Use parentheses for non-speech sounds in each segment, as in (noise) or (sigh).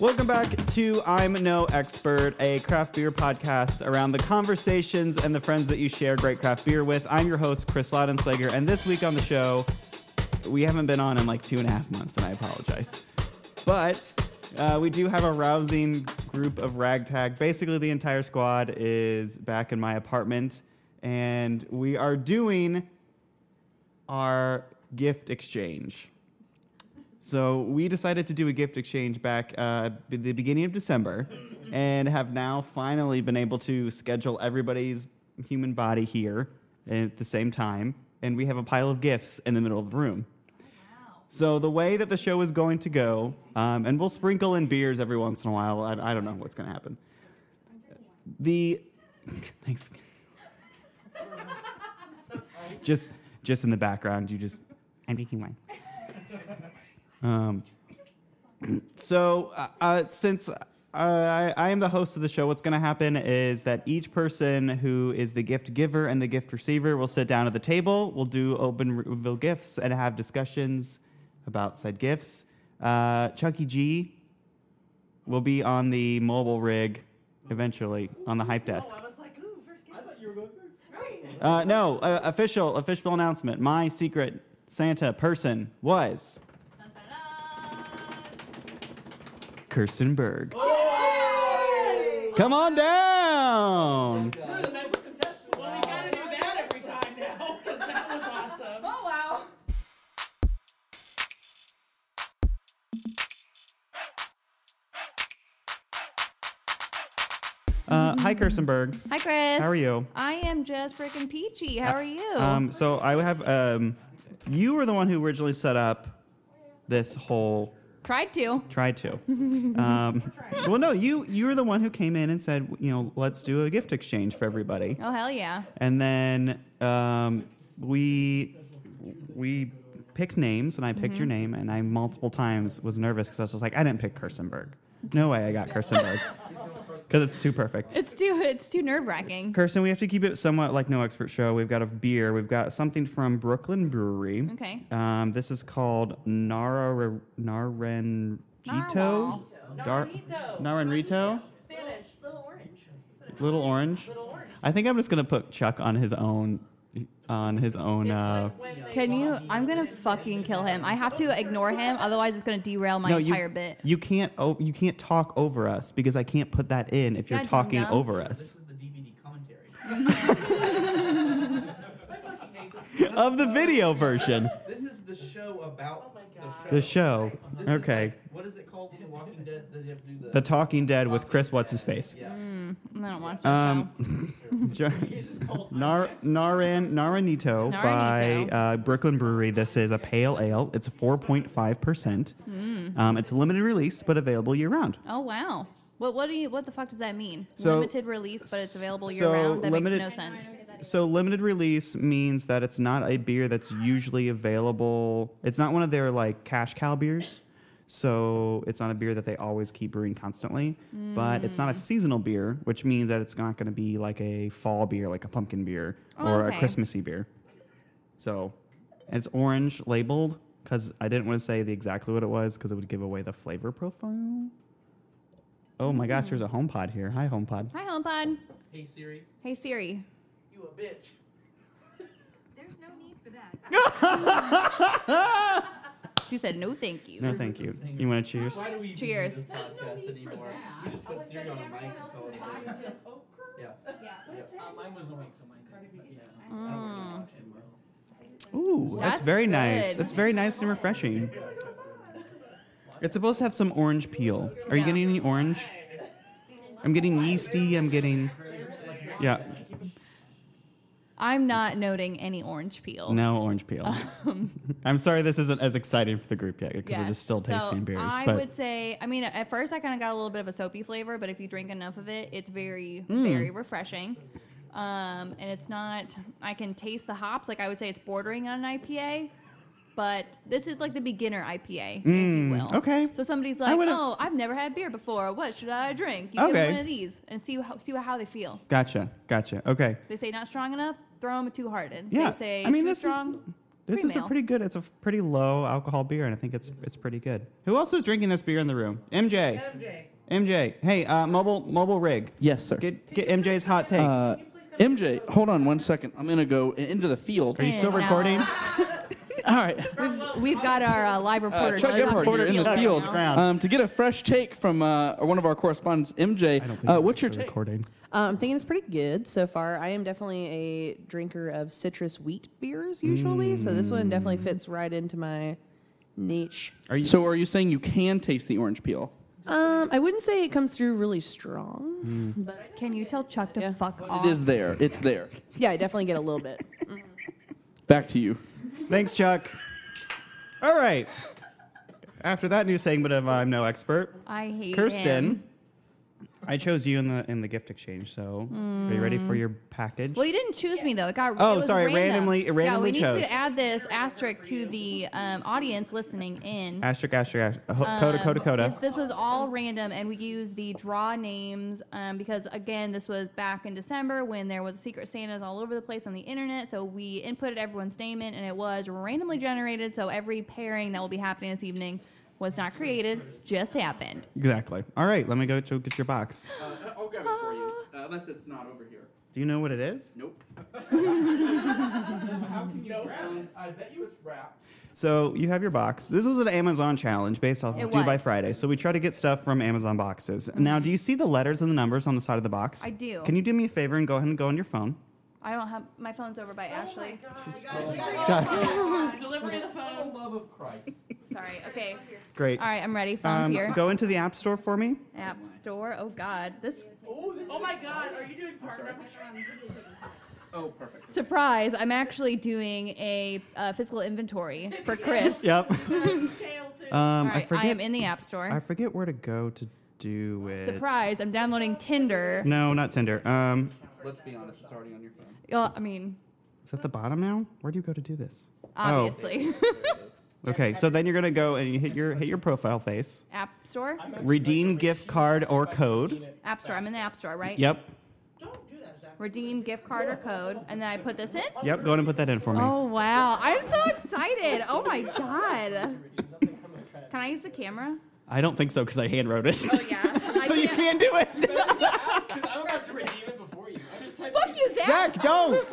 Welcome back to I'm No Expert, a craft beer podcast around the conversations and the friends that you share great craft beer with. I'm your host, Chris Laudenslager, and this week on the show, we haven't been on in like two and a half months, and I apologize. But uh, we do have a rousing group of ragtag. Basically, the entire squad is back in my apartment, and we are doing our gift exchange. So we decided to do a gift exchange back uh, at the beginning of December, and have now finally been able to schedule everybody's human body here at the same time. And we have a pile of gifts in the middle of the room. So the way that the show is going to go, um, and we'll sprinkle in beers every once in a while. I, I don't know what's going to happen. The (laughs) thanks. just just in the background, you just I'm drinking wine. Um, (clears throat) so, uh, uh, since uh, I, I am the host of the show, what's going to happen is that each person who is the gift giver and the gift receiver will sit down at the table. We'll do open reveal gifts and have discussions about said gifts. Uh, Chucky G will be on the mobile rig eventually on the hype desk. Oh, I was like, ooh, first game. I thought you were going first. Right. (laughs) Uh, no, uh, official official announcement. My secret Santa person was Dun, dun, dun. Kirsten Berg. Oh, Yay! Come on down. You're the next contestant. Well, we gotta do that every time now, 'cause that was awesome. Oh wow. Uh, hi, Kirsten Berg. Hi Chris. How are you? I am just freaking peachy. How are you? Um, so I have. Um, you were the one who originally set up this whole Tried (laughs) to. try to. Mm-hmm. Um, well, no, you you were the one who came in and said, you know, let's do a gift exchange for everybody. (laughs) Oh hell yeah. and then um, we we picked names, and I picked your name, and I multiple times was nervous because I was just like, I didn't pick Kirstenberg. No way, I got Kirstenberg because it's too perfect. It's too it's too nerve wracking. Kirsten, we have to keep it somewhat like no expert show. We've got a beer. We've got something from Brooklyn Brewery. Okay. Um, this is called Nara Narenjito. Narwhal. Dar- Naranjito. Naranjito? Spanish, little orange. That's what it Little means. orange. Little orange. I think I'm just gonna put Chuck on his own, on his own. It's Uh, like when they Can you? lost I'm gonna fucking kill him. I have to ignore him, otherwise it's gonna derail my entire you, bit. You can't. Oh, you can't talk over us because I can't put that in if you're God, talking dumb. over This us is the DVD commentary. I fucking hate this. (laughs) of the video version. This is the show about Oh my God. The show. This is Okay. like- what is it called in The Walking Dead that you have to do the. The Talking Dead with Chris. What's his Dead? face? Yeah. Mm, I don't want to. Um, (laughs) Jar- It's called Nar- Naran Naranito by Naranito. uh, Brooklyn Brewery. This is a pale ale. It's 4.5 percent. Mm-hmm. Um, it's a limited release but available year round. Hmm. oh wow. What what do you? What the fuck does that mean? So- limited release, but it's available year Uh, so round. That limited- makes no sense. So limited release means that it's not a beer that's usually available. It's not one of their like cash cow beers. So it's not a beer that they always keep brewing constantly, but it's not Mm. a seasonal beer, which means that it's not going to be like a fall beer, like a pumpkin beer Oh, or a okay. Christmassy beer. So and it's orange labeled because I didn't want to say the exactly what it was because it would give away the flavor profile. Oh my gosh, Mm. there's a HomePod here. Hi, HomePod. Hi HomePod. Hey Siri. Hey Siri. You a (laughs) bitch. There's no need for that. She said no, thank you. No, thank you. You want to cheers? Why do we Cheers. do this There's no podcast need for anymore? that. You just I put was Siri on a mic sending and tell everyone it what it is. Oh, crap. Yeah. Uh, Yeah. yeah. mine was awake, so mine Yeah. I don't really Mm. watch it anymore. Ooh, that's, That's very nice. good. It's very nice and refreshing. It's supposed to have some orange peel. Are you Yeah. getting any orange? I'm getting yeasty. I'm getting. Yeah, I'm not noting any orange peel. Um, no orange Uh. peel. (laughs) I'm sorry this isn't as exciting for the group yet because we're just still So tasting beers. I but would say, I mean, at first I kind of got a little bit of a soapy flavor, but if you drink enough of it, it's very, Mm. very refreshing. Um, and it's not, I can taste the hops. Like I would say it's bordering on an IPA, but this is like the beginner IPA, if Mm, you will. okay. So somebody's I like, would've- oh, I've never had beer before. What should I drink? You give Okay. them one of these and see how, see how they feel. gotcha, gotcha. Okay. They say not strong enough, throw them a two hearted. Yeah. They say I mean, too this strong, is This is a Female. pretty good. It's a f- pretty low alcohol beer, and I think it's it's pretty good. Who else is drinking this beer in the room? MJ. MJ. MJ. Hey, uh, mobile mobile rig. Yes, sir. Get get MJ's hot take. Uh, MJ, hold on one second. I'm gonna go i- into the field. Are you still and, uh, recording? All right. We've, we've got our uh, live reporter. Chuck Chuck Gephardt Gephardt here in the right field now. Ground. um, to get a fresh take from uh, one of our correspondents, MJ. I don't think Uh, I'm what's your actually take? recording? Uh, I'm thinking it's pretty good so far. I am definitely a drinker of citrus wheat beers usually, so this one definitely fits right into my niche. Are you? So, are you saying you can taste the orange peel? Um, I wouldn't say it comes through really strong, Mm. but I- Can you tell Chuck to Yeah. fuck off? It is there. It's there. yeah, I definitely get a little bit. Back to you. Thanks, Chuck. All right. After that new segment of I'm no expert, I hate Kirsten. him. I chose you in the in the gift exchange. So are you ready for your package? Well, you didn't choose me though. It got Oh, it was sorry, random. randomly- it Yeah, randomly we need chose. to add this asterisk to the um, audience listening in. Asterisk, asterisk, asterisk. Ho- Coda, Um, coda, coda. This, this was all random, and we used the draw names um, because, again, this was back in December when there was Secret Santas all over the place on the internet. So we inputted everyone's name in, and it was randomly generated. So every pairing that will be happening this evening was not created, just happened. Exactly. All right, let me go to get your box. Uh, I'll grab it for you, uh, unless it's not over (laughs) here. Do you know what it is? Nope. How can you wrap it? I bet you it's wrapped. So you have your box. This was an Amazon challenge based off of It Due by was. Mm-hmm. Friday. So we try to get stuff from Amazon boxes. Now, do you see the letters and the numbers on the side of the box? I do. Can you do me a favor and go ahead and go on your phone? I don't have my phone's over by Ashley. (laughs) Delivery of the For the phone. love of Christ. Sorry. Okay. Great. All right, I'm ready. Phone's Um, here. go into the App Store for me. App Store. Oh, God. This Oh my god, are you doing partner pictures? Oh, perfect. surprise. I'm actually doing a uh, physical inventory for Chris. Yep. Kale too. Um, All right, I forget. I am in the App Store. I forget where to go to do it. Surprise! I'm downloading Tinder. No, not Tinder. Um, Let's be honest. It's already on your phone. Oh, I mean, is that the bottom now? Where do you go to do this? obviously, Oh. Okay, so then you're gonna go and you hit your hit your profile face. (laughs) App Store, Redeem gift card or code. App Store. I'm in the App Store, right? Yep. Don't do that, Zach. Redeem gift card or code, and then I put this in. Yep. Go ahead and put that in for me. Oh wow! I'm so excited. Oh my god! Can I use the camera? I don't think so because I hand wrote it. (laughs) Oh yeah. (laughs) I so you can't do it. Because I'm about to redeem it before you. I just typed Fuck you, Zach. (laughs) Zach, don't.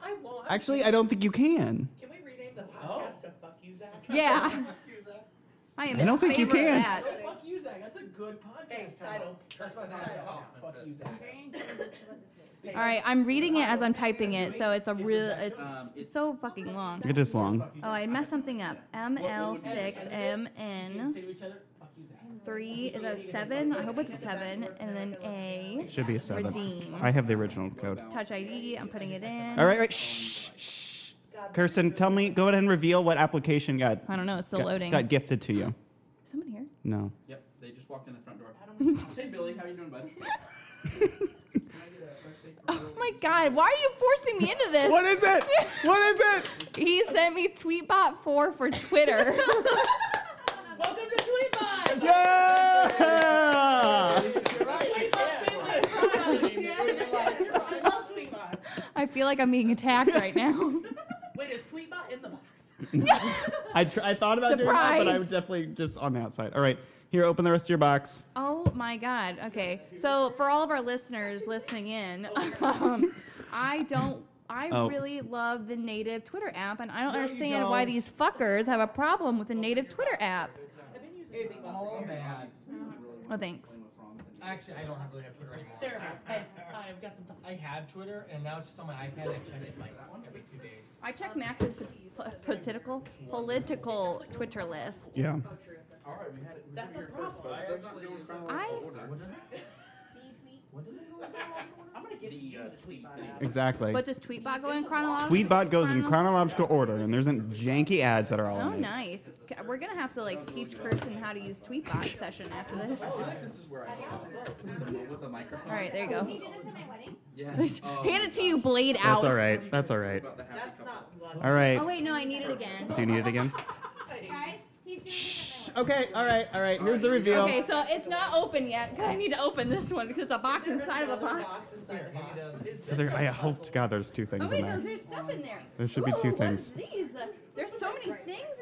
I won't. Actually, I don't think you Can can. we rename the podcast to Fuck You Zach? Oh. (laughs) yeah. I am. I don't in think you favor of can. that. Fuck you, Zach. That's a good Hey, podcast title. That's not Fuck you, Zach. All right, I'm reading it as I'm typing it, so it's a real. It's Um, it's- so fucking long. It is long. Oh, I messed something up. M L six M N. Say to each other, fuck you, Zach. three is a seven. I hope it's a seven, and then a Should be a seven. Redeem. I have the original code. touch ID. I'm putting it in. All right. Right. Shh. Shh. Kirsten, tell me. Go ahead and reveal what application got I don't know. It's still got, loading. got gifted to you. Someone here? No. Yep. They just walked in the front (laughs) door. Say, Billy, how you (laughs) doing, bud? Oh my God! Why are you forcing me into this? What is it? What is it? He sent me Tweetbot four for (laughs) Twitter. Welcome to Tweetbot! Yeah! Tweetbot family products. Yeah, I love Tweetbot. I feel like I'm being attacked right now. (laughs) Wait, is Tweetbot in the (laughs) box? I, tr- I thought about doing that, but I Surprise. was definitely just on the outside. All right, here, open the rest of your box. Oh my God! Okay, so for all of our listeners listening in, (laughs) um, I don't. I Oh. really love the native Twitter app, and I don't No, you understand why don't. these fuckers have a problem with the native Twitter app. I've been using It's Tweetbot for all years. bad. Oh, thanks. Actually, I don't have, really have Twitter anymore. It's terrible. Hey, (laughs) I've got some I had Twitter, and now it's just on my iPad. I check it like every two days. I check Max's po- political political Twitter list. Yeah. All right, we had it. We That's were a here first, problem. I folks. Let's not do it in I- chronological order. What does it? What does it? go like? (laughs) I'm gonna give The, you uh, the Tweetbot tweet. app. Exactly. But does Tweetbot go in chronological? Tweetbot goes in chrono- chronological order, and there isn't janky ads that are all. Oh, in it. nice. K, We're gonna have to like teach Kirsten how to use Tweetbot session after this. I feel All like this is where I fall with the microphone. right, there you go. Yeah. (laughs) Oh, Hand it to you, blade out. That's all right. That's all right. About the happy That's couple. not one. All right. Oh wait, no, I need it again. Do you need it again? Okay. All right. All right. Here's the reveal. Okay, so it's not open yet. 'cause I need to open this one because it's a box inside of a box. inside a box. Is Is this there- I a hope to God there's two Oh things in wait, no, there. there's stuff in there. There should be Ooh, two what's things. these?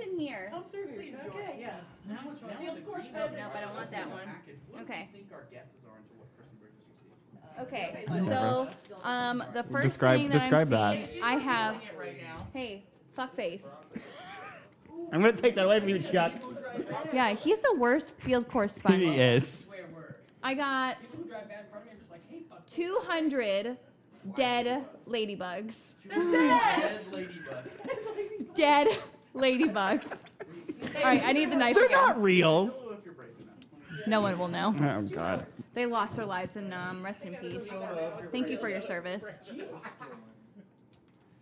in here. Oh, Come through here, Please, Chuck. okay, yes. Field course No, evidence. but I want that one. Okay. What do you think our guesses are into what Kristen Brick is receiving? Okay, so Yeah, um, the first Describe- thing that describe that. I'm seeing, I have. Doing it right now. Hey, fuckface. I'm gonna take that away from you, Chuck. Yeah, he's the worst field course He final. is. Swear word. I got People who drive bad in front of me are just like, hey, fuck. 200 dead ladybugs. They're dead. As Ladybug. Dead (laughs) ladybugs. All right, I need the knife They're again. not real. Hello, if you're brave enough. No one will know. Oh God. They lost their lives and um, rest in peace. Thank you for your service.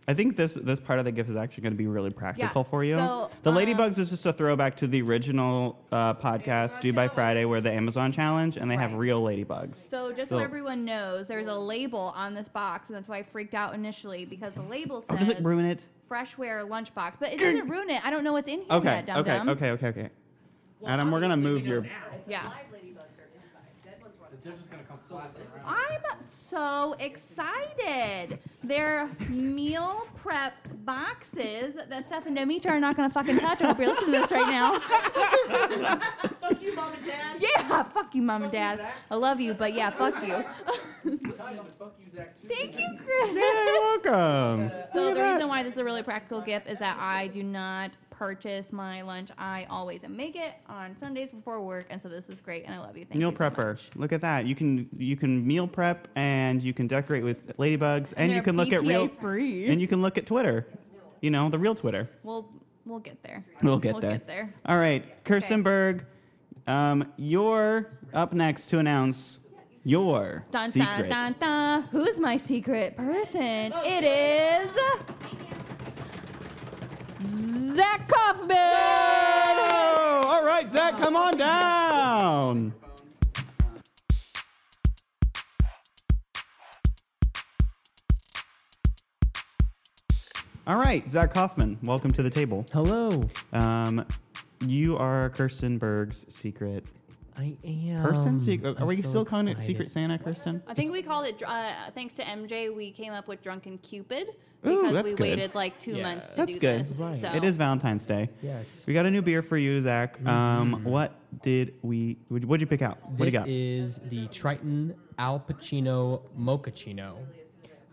I think this this part of the gift is actually going to be really practical for you. so, the um, ladybugs is just a throwback to the original uh, podcast due by Friday, where the Amazon challenge, and they have Right. real ladybugs. So just so, So- everyone knows, there's a label on this box, and that's why I freaked out initially because the label Oh, says does it ruin it? freshware lunchbox, but it doesn't ruin it. I don't know what's in here Okay, yet, dum okay, dum. okay, okay, okay. Adam, we're gonna move your. Yeah. They're just gonna come flapping around. I'm so excited. They're meal prep boxes that Seth and Demetra are not gonna fucking touch. I hope you're listening to this right now. Fuck you, mom and dad. (laughs) Yeah, fuck you, mom and dad. I love you, but yeah, fuck (laughs) you. Fuck you, Zach. too. Thank you, (laughs) Chris. You're welcome. uh, So the reason why this is a really practical gift is that I do not purchase my lunch. I always make it on Sundays before work, and so this is great. And I love you. Thank meal you so prepper. much. look at that. You can you can meal prep and you can decorate with ladybugs and, you they're can look at real BPA free. and you can look at Twitter. You know the real Twitter. we'll we'll get there. We'll get we'll there. Get there. All right, Kirsten Berg, um, you're up next to announce your Dun, secret. dun, dun, dun. Who's my secret person? Oh, It is Zach Kaufman. Oh, all right, Zach, come on down. All right, Zach Kaufman, welcome to the table. Hello, Um, you are Kirsten Berg's secret I am. person. secret? Um, Are I'm we so still calling it excited. Secret Santa, Kirsten? I think we called it. Uh, thanks to MJ, we came up with Drunken Cupid Ooh, because that's we good. waited like two Yeah. months to That's do good. this. Right. So. It is Valentine's Day. Yes. Mm-hmm. We got a new beer for you, Zach. Um, what did we? What would you pick out? What do you This got? is the Triton Al Pacino Mochaccino.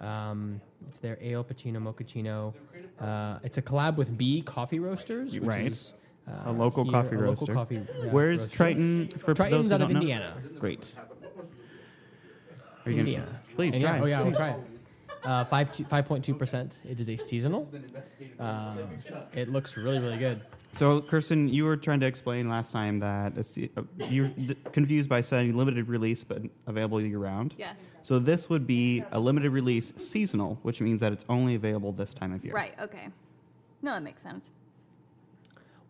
Um, it's their Ale Pacino Mochaccino. Uh, it's a collab with B Coffee Roasters, which Right. is uh, A local here, coffee a local roaster. coffee, uh, Where's roaster. Triton for Triton's those who out of don't know? Indiana. Great. Are you gonna, Indiana. please And try. Yeah, oh yeah, please. I'll try it. Uh, five five point two percent. It is a seasonal. Uh, it looks really really good. So, Kirsten, you were trying to explain last time that a se- uh, you're d- confused by saying limited release but available year round. Yes. So this would be a limited release seasonal, which means that it's only available this time of year. Right. Okay. No, that makes sense.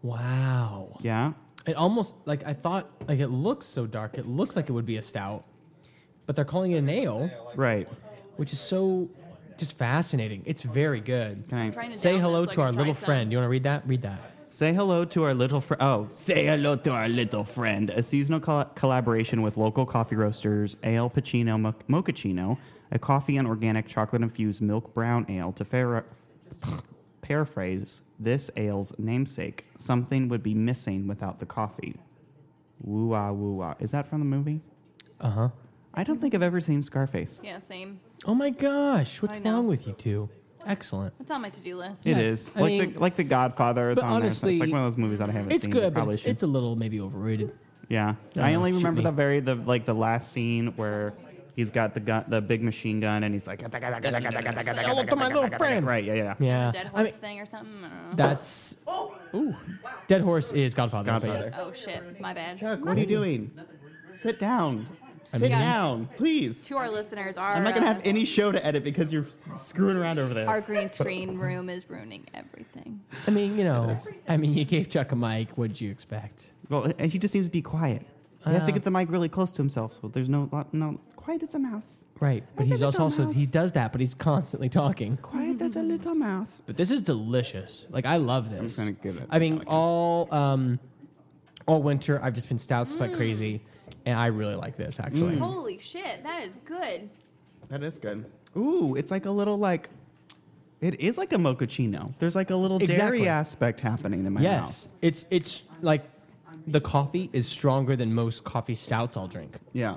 Wow. Yeah. It almost like I thought like it looks so dark. It looks like it would be a stout, but they're calling it an ale, Right. which is so just fascinating. It's very good. Can I Trying to Say down hello this so I can to our try little some. friend. You want to read that? Read that. say hello to our little friend? Oh, say hello to our little friend. A seasonal col- collaboration with local coffee roasters Ale Pacino Mo- Mochaccino, a coffee and organic chocolate infused milk brown ale to fer- (sighs) paraphrase this ale's namesake. Something would be missing without the coffee. Woo ah woo ah. Is that from the movie? Uh huh. I don't think I've ever seen Scarface. Yeah. Same. Oh my gosh, what's I know. wrong with you two? Excellent. It's on my to-do list. It Yeah, is I like the mean- like the Godfather. Is But on honestly, honestly, it's like one of those movies that I haven't It's seen. good, but probably it's, should. it's a little maybe overrated. Oh. Yeah, I I know, only shoot remember me. the very the like the last scene where he's got the gun, the big machine gun, and he's like, Hello to my little friend. right, yeah, yeah, yeah. Yeah. Dead I horse mean, thing or something. I don't know. that's. Ooh. Dead Horse is Godfather. Godfather. Oh shit. My bad. Chuck, what are you doing? Sit down, sit mean- down, please. To our listeners, our I'm not gonna uh, have any show to edit because you're screwing around over our there. green screen room is ruining everything. I mean, you know, I mean, you gave Chuck a mic. What'd you expect? Well, and he just needs to be quiet. He has to Uh, get the mic really close to himself, so there's no no quiet as a mouse. Right, but Look at he's the also also dumbass. he does that, but he's constantly talking. Quiet as a little mouse. But this is delicious. Like I love this. gonna give it I mean, that again. all um, all winter I've just been stouts like Mm. crazy, and I really like this actually. Mm. Holy shit, that is good. That is good. Ooh, it's like a little like It is like a mochaccino. There's like a little Exactly. dairy aspect happening in my yes, it's it's like the coffee is stronger than most coffee stouts I'll drink. mouth. Yeah.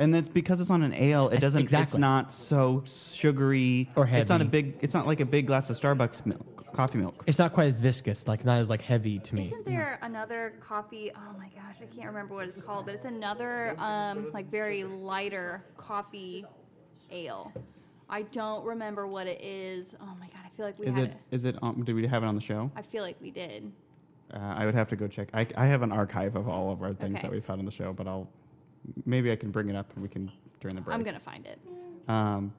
And that's because it's on an ale. It doesn't. It's exactly. not so sugary Or It's not a heavy. big. It's not like a big glass of Starbucks milk, coffee milk. It's not quite as viscous, like not as like heavy to me. Mm. Isn't there another coffee? Oh my gosh, I can't remember what it's called, but it's another um, like very lighter coffee ale. I don't remember what it is. Oh my god, I feel like we Is had it? Is it? Um, do we have it on the show? I feel like we did. Uh, I would have to go check. I, I have an archive of all of our things Okay. that we've had on the show, but I'll maybe I can bring it up and we can during the break. I'm gonna find it. Um,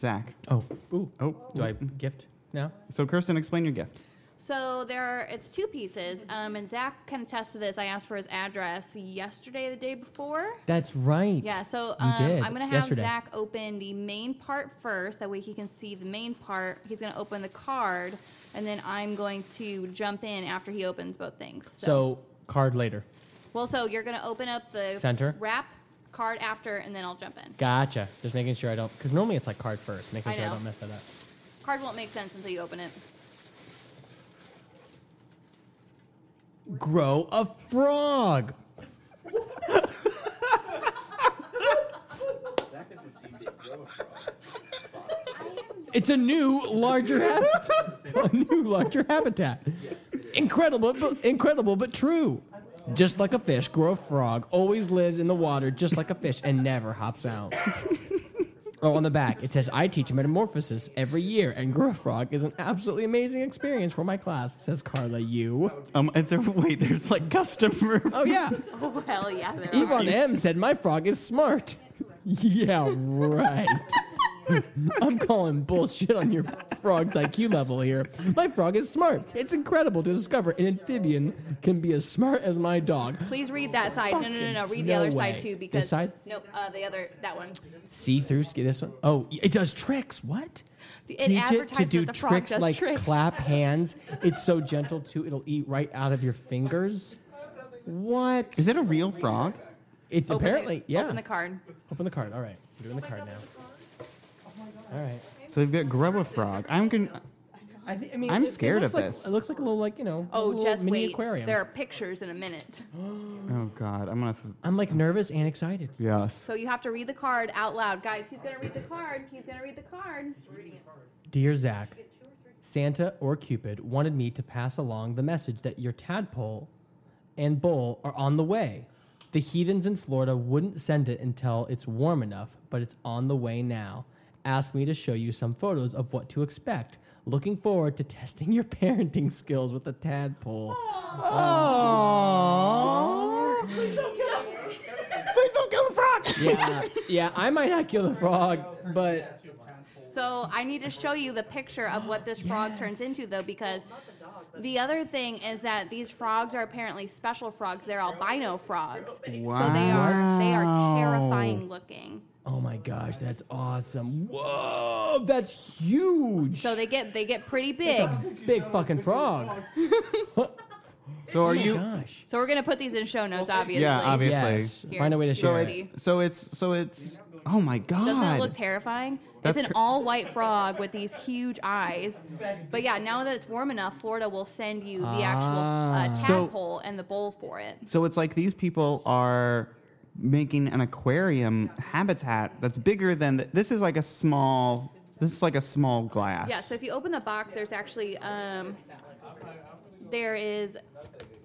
Zach. Oh, ooh. Oh, Do I gift now? So Kirsten, explain your gift. So there, are, it's two pieces, um, and Zach can attest to this. I asked for his address yesterday, the day before. That's right. Yeah, so You um, did, I'm gonna have yesterday. Zach open the main part first. That way he can see the main part. He's gonna open the card, and then I'm going to jump in after he opens both things. So, So card later. well, so you're gonna open up the Center. wrap card after, and then I'll jump in. Gotcha. Just making sure I don't, because normally it's like card first, making I sure I know. don't mess that up. Card won't make sense until you open it. Grow a frog. Zach has received a grow a frog. It's a new larger (laughs) habitat. a new larger habitat. Incredible, but, incredible, but true. Just like a fish, grow a frog. Always lives in the water, just like a fish, and never hops out. (laughs) oh, on the back it says, "I teach metamorphosis every year, and grow a frog is an absolutely amazing experience for my class." Says Carla. You. Um, and so wait, there's like customer. Oh yeah. (laughs) Oh hell yeah, there are. Yvonne M said, "My frog is smart." (laughs) yeah, right. I'm calling bullshit on your frog's IQ level here. My frog is smart. It's incredible to discover an amphibian can be as smart as my dog. Please read that side. No, no, no, no. Read the No other way. side too, This because side? no, uh, the other that one. See through skin. This one. Oh, it does tricks. What? It Teach it to advertises do that the frog tricks does like tricks. clap hands. It's so gentle too. It'll eat right out of your fingers. What? Is it a real frog? It's Open the- apparently yeah. Oh, Open the card. Open the card. All right. I'm doing the card now. Oh All right. So we've got grow a frog. I'm gonna. I, thi- I mean, I'm it- it scared looks of like- this. It looks like a little, like you know, (laughs) a Oh, little just mini wait. aquarium. There are pictures in a (gasps) minute. Oh God, I'm gonna. F- I'm like nervous and excited. yes. So you have to read the card out loud. Guys, he's going to read the card. He's going to read the card. Dear Zach, Santa or Cupid wanted me to pass along the message that your tadpole and bull are on the way. The heathens in Florida wouldn't send it until it's warm enough, but it's on the way now. Ask me to show you some photos of what to expect. Looking forward to testing your parenting skills with the tadpole. Please don't kill the frog. Yeah, yeah, I might not kill the frog, but So I need to show you the picture of what this frog turns into, though, because the other thing is that these frogs are apparently special frogs. They're albino frogs. So they are they are Wow. terrifying looking. Oh my gosh, that's awesome. Whoa, that's huge. So they get they get pretty big. Big fucking frog. So are you? Oh Gosh. So we're gonna put these in show notes, obviously. Yeah, obvious- Yes. Here, Find a way to you So share can it. see. it's. So it's. So it's. Oh my God. Doesn't it look terrifying? That's it's an cr- all white frog with these huge eyes. But yeah, now that it's warm enough, Florida will send you the actual uh, Ah. So- tadpole and the bowl for it. So it's like these people are making an aquarium habitat that's bigger than the, this is like a small this is like a small glass. Yeah, so if you open the box, there's actually um, there is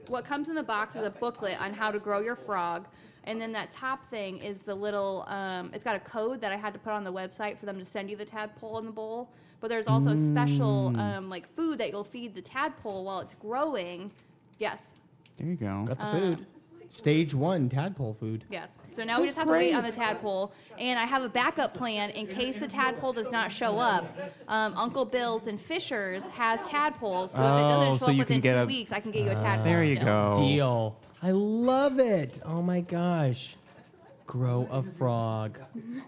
what comes in the box is a booklet on how to grow your frog, and then that top thing is the little um, it's got a code that I had to put on the website for them to send you the tadpole in the bowl. But there's also special um, like food that you'll feed the tadpole while it's growing. Yes, there you go. Got Uh, the food. Stage one tadpole food. Yes. So now we just have to wait on the tadpole, and I have a backup plan in case the tadpole does not show up. Um, Uncle Bill's and Fisher's has tadpoles, so if it Oh, doesn't so show you up within can two get a- Uh, weeks, I can get you a tadpole. There you still. go. Uh, Deal. I love it. Oh my gosh. Grow a frog.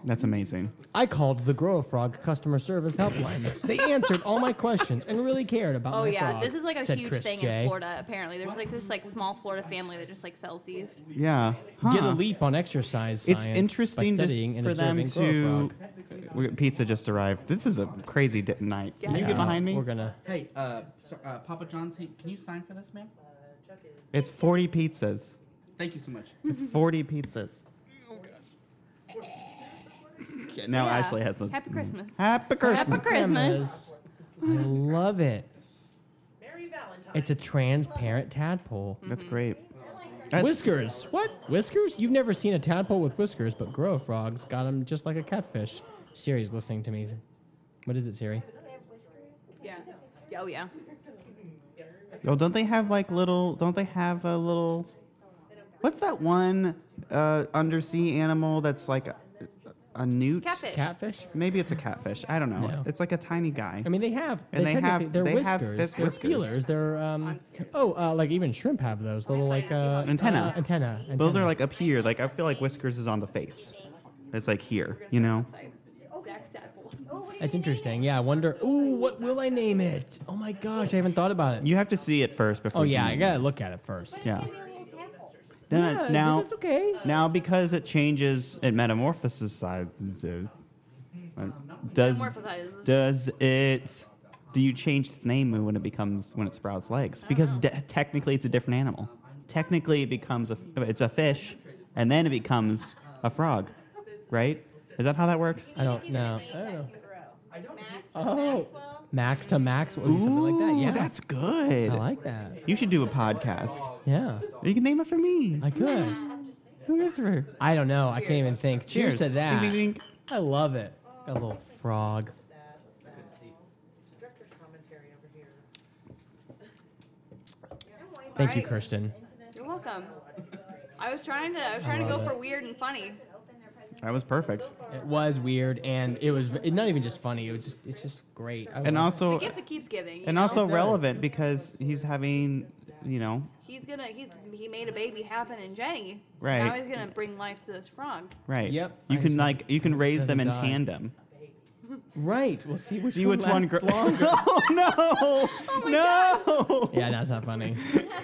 That's amazing. I called the Grow a Frog customer service helpline. they answered all my questions and really cared about Oh my yeah, frog, this is like a said huge Chris thing J. in Florida. Apparently, there's like this like small Florida family that just like sells these. Yeah. Get a Huh. leap on exercise It's science interesting by to- studying and for them observing grow a to frog. We- Pizza just arrived. This is a crazy di- night. Can you Yeah, get behind me? We're gonna. Hey, uh, so, uh, Papa John's, hey, can you sign for this, ma'am? It's 40 pizzas. Thank you so much. It's 40 pizzas. Yeah, now Yeah. Ashley has the Happy Christmas. Happy Christmas. Happy Christmas. I love it. Merry Valentine's. It's a transparent tadpole. Mm-hmm. That's great. That's- whiskers. What? Whiskers? You've never seen a tadpole with whiskers, but grow frogs got them just like a catfish. Siri's listening to me. What is it, Siri? Yeah. Oh yeah. Oh, don't they have like little? Don't they have a little? What's that one uh, undersea animal that's like a, a newt? Catfish. Catfish? Maybe it's a catfish. I don't know. No. It's like a tiny guy. I mean, they have. And they have- technically- They're they have whiskers. fifth they're whiskers. feelers. They're um. Oh, uh, like even shrimp have those little like uh, Antenna. uh, antenna. Those antenna. are like up here. Like I feel like whiskers is on the face. It's like here, you know. Zach's tadpole. That's interesting. Yeah, I wonder. Ooh, what will I name it? Oh my gosh, I haven't thought about it. You have to see it first before. Oh you yeah, I name gotta it. look at it first. Yeah. Yeah, Then I think now, that's okay. now because it changes, it metamorphosizes. uh, Does Metamorphosizes. does it? Do you change its name when it becomes when it sprouts legs? Because de- technically, it's a different animal. Technically, it becomes a it's a fish, and then it becomes a frog, right? Is that how that works? I don't know. I don't know. I don't Max Oh. Maxwell. Max to Max, or something like that. Yeah, that's good. I like that. you should do a podcast. Yeah, You can name it for me. I could. Who is her? I don't know. Oh, I can't even think. Cheers, to that. Ding, ding, ding. I love it. Got a little frog. Director's commentary over here. Thank you, Right. Kirsten. You're welcome. I was trying to. I was trying to love go it. for weird and funny. That was perfect. It was weird, and it was it, not even just funny. It was just it's just great. I And love- The also, gift that keeps giving. you and know? also does. relevant because he's having, you know, he's gonna. He's he made a baby happen in Jenny. Right. Now he's gonna bring life to this frog. right? Yep. You I can just- like you can raise them in Doesn't die. tandem. right. We'll see which See one which one lasts (laughs) grows. longer. oh no! (laughs) Oh Oh no! Yeah, that's not funny.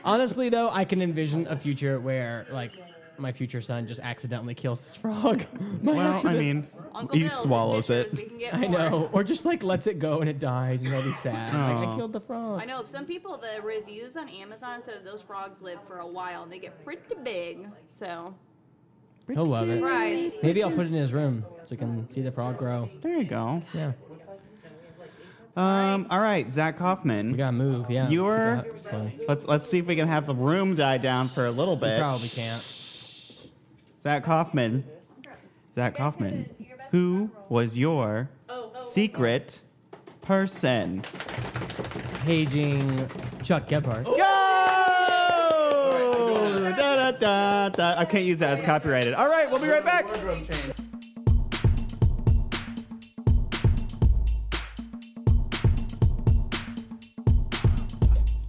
Honestly, though, I can envision a future where, like, my future son just accidentally kills this frog. (laughs) By Well, I accident. mean, Uncle he Bill's and swallows Fisher's, it. We can get I more. know. Or just, like, lets it go and it dies and he'll be sad. Like, Aw. I killed the frog. I know some people. The reviews on Amazon said that those frogs live for a while and they get pretty big. So He'll love it. surprise. Maybe I'll put it in his room so he can see the frog grow. There you go. Yeah. Um. All right, Zach Kaufman. We gotta move. Yeah. You're- We got- so- let's let's see if we can have the room die down for a little bit. Probably can't. Zach Kaufman. Zach Kaufman. Who was your Oh, secret person? Paging Chuck Gebhardt. Go! Da, da, da, da. I can't use that. It's copyrighted. All right, we'll be right back.